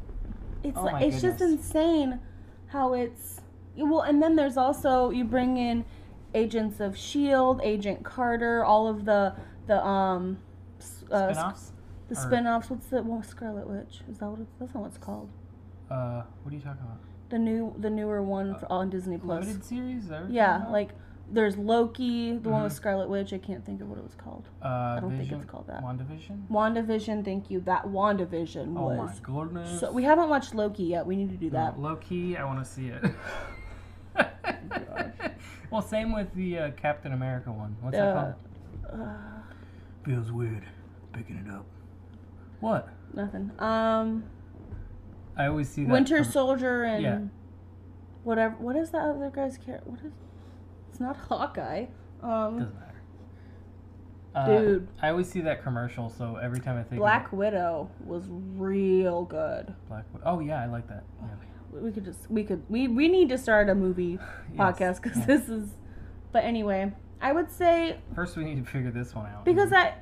B: It's
A: Oh
B: like,
A: my
B: it's just insane how it's well, and then there's also you bring in Agents of Shield, E Agent Carter, all of the the um s- uh,
A: Spinoffs?
B: The
A: Or-
B: spin-offs. What's the well, Scarlet Witch? Is that what it's, that's not what it's called?
A: Uh, what are you talking about?
B: The new, the newer one
A: Uh,
B: for, on Disney Plus.
A: limited series? Is that what you're talking
B: Yeah,
A: about?
B: like there's Loki, the one with
A: Mhm.
B: Scarlet Witch. I can't think of what it was called.
A: Uh,
B: I don't
A: Vision-
B: think it's called that.
A: WandaVision?
B: WandaVision. Thank you. That WandaVision
A: Oh my
B: was.
A: goodness.
B: So we haven't watched Loki yet. We need to do that.
A: Low key, I want to see it. well, same with the uh, Captain America one. What's that
B: Uh,
A: called? Feels weird picking it up. What?
B: Nothing. Um,
A: I always see that.
B: Winter
A: from-
B: Soldier and
A: um, Yeah.
B: whatever. What is that other guy's character? What is? It's not Hawkeye. Um,
A: Doesn't matter. Uh,
B: Dude.
A: I always see that commercial, so every time I think of
B: Black Widow was real good.
A: it, Black. Wi- Oh yeah, I like that. Yeah.
B: We- we could just we could we we need to start a movie podcast because this is but anyway i would say
A: First, we need to figure this one out.
B: because i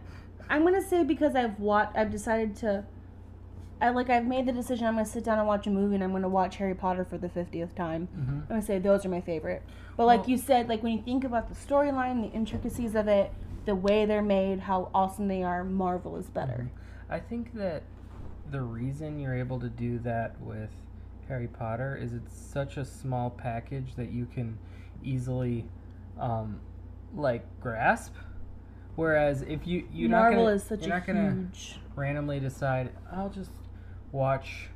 B: i'm gonna say because i've watched i've decided to i like i've made the decision i'm gonna sit down and watch a movie and i'm gonna watch harry potter for the 50th time
A: Mhm.
B: i'm gonna say those are my favorite but like
A: Well-
B: you said like when you think about the storyline the intricacies of it the way they're made how awesome they are marvel is better
A: I think that the reason you're able to do that with Harry Potter is it's such a small package that you can easily, um, like grasp. Whereas if you you're not
B: Marvel
A: gonna,
B: is such
A: you're
B: a
A: not gonna
B: huge-
A: randomly decide I'll just watch.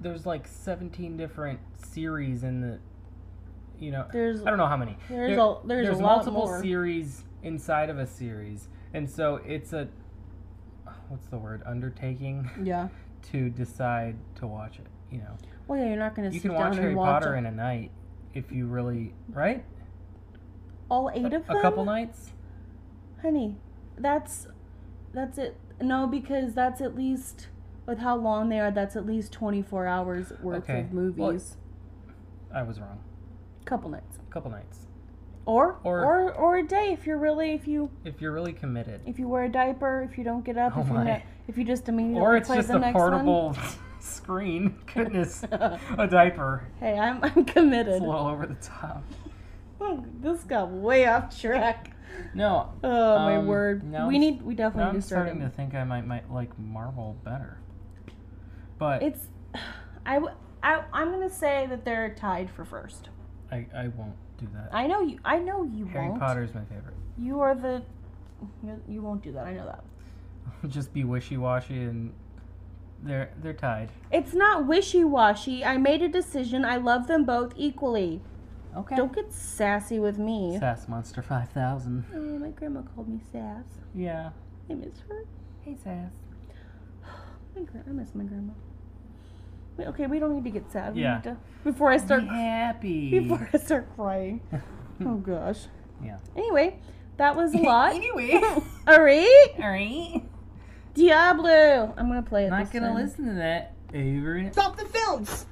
A: There's like 17 different series in the, you know,
B: There's-
A: I don't know how many.
B: there's a- there's a lot
A: multiple
B: more.
A: series inside of a series, and so it's a what's the word undertaking
B: yeah
A: to decide to watch it you know
B: well yeah you're not gonna
A: you
B: sit
A: can
B: down
A: watch
B: and
A: harry
B: watch
A: potter in a night if you really right
B: all eight of them
A: a couple nights
B: honey that's that's it no because that's at least with how long they are that's at least 24 hours worth
A: Okay.
B: of movies
A: Well, i was wrong
B: couple nights
A: a couple nights
B: or,
A: Or-
B: or or a day if you're really if you
A: if you're really committed
B: if you wear a diaper if you don't get up
A: Oh
B: if, you
A: my.
B: ne- if you just immediately
A: or it's
B: play
A: just
B: the
A: a
B: next
A: portable
B: one
A: screen goodness a diaper
B: hey i'm, I'm committed
A: it's a little over the top
B: Oh, this got way off track
A: no
B: oh my
A: um,
B: word
A: now
B: we
A: I'm-
B: need we definitely
A: now
B: need
A: i'm
B: to start
A: starting
B: it.
A: to think i might might like marvel better but
B: it's I, w- I i'm gonna say that they're tied for first
A: i i won't do that
B: i know you i know you
A: harry
B: won't
A: potter's my favorite
B: You are the. You're, you won't do that. I know that.
A: just be wishy-washy and they're they're tied
B: It's not wishy washy. I made a decision. I love them both equally.
A: Okay.
B: Don't get sassy with me.
A: Sass Monster 5000.
B: Oh, my grandma called me Sass.
A: Yeah.
B: I miss her.
A: Hey, Sass.
B: My gra- I miss my grandma. Wait, okay, we don't need to get sad. We
A: Yeah.
B: need to, before I start
A: happy.
B: Before I start crying. oh gosh.
A: Yeah.
B: Anyway, that was a lot.
A: Anyway.
B: All right.
A: All right.
B: Diablo. I'm gonna play it.
A: Not
B: this
A: gonna
B: time.
A: listen to that. Avery.
F: Stop the films!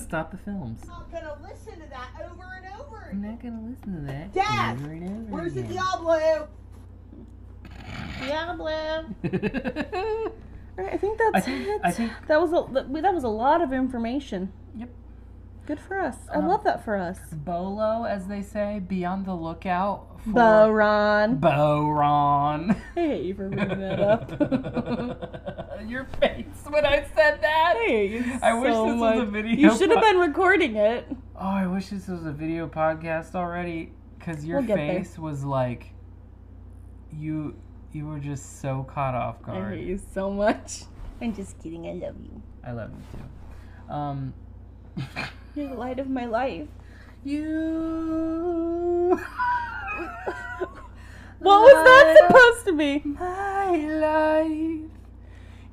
A: Stop the films.
F: I'm not gonna listen to that over and over.
A: I'm not gonna listen to that.
F: Dad!
A: Over and over
F: Where's the
A: again.
F: Diablo?
B: Diablo. All right, I think that's
A: think-
B: it.
A: I think-
B: that was a that was a lot of information.
A: Yep.
B: Good for us. I
A: Um,
B: love that for us.
A: Bolo, as they say, be on the lookout for
B: Bo Ron.
A: Boron.
B: I hate you for bringing that up.
A: Your face when I said that. I wish
B: so
A: this was
B: much.
A: a video.
B: You should have
A: pod-
B: been recording it.
A: Oh, I wish this was a video podcast already, because your
B: We'll get there.
A: face was like, you you were just so caught off guard.
B: I hate you so much. I'm just kidding. I love you.
A: I love you too. Um,
B: You're the light of my life. You. what was that supposed to be?
A: My life,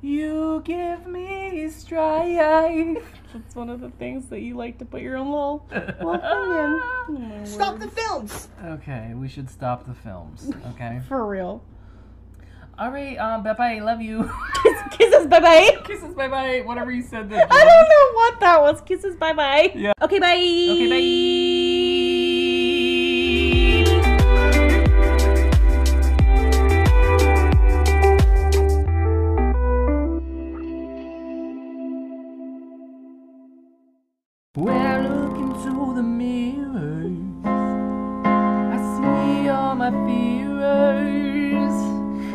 A: you give me strife.
B: That's one of the things that you like to put your own little, little
A: Ah.
B: thing in. Oh,
F: Stop the films.
A: okay, we should stop the films. Okay.
B: For real.
A: All right. Um, bye bye. Love you.
B: Kisses, bye bye.
A: Kisses. Bye bye. Whatever you said.
B: I
A: That
B: don't know what that was. Kisses, bye bye.
A: Yeah.
B: Okay, bye. Okay, bye.
A: When I look into the mirrors, I see all my fears.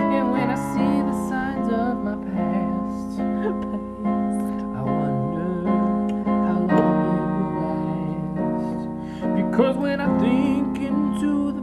A: And when I see the signs of my past, I wonder how long it will last. Because when I think into the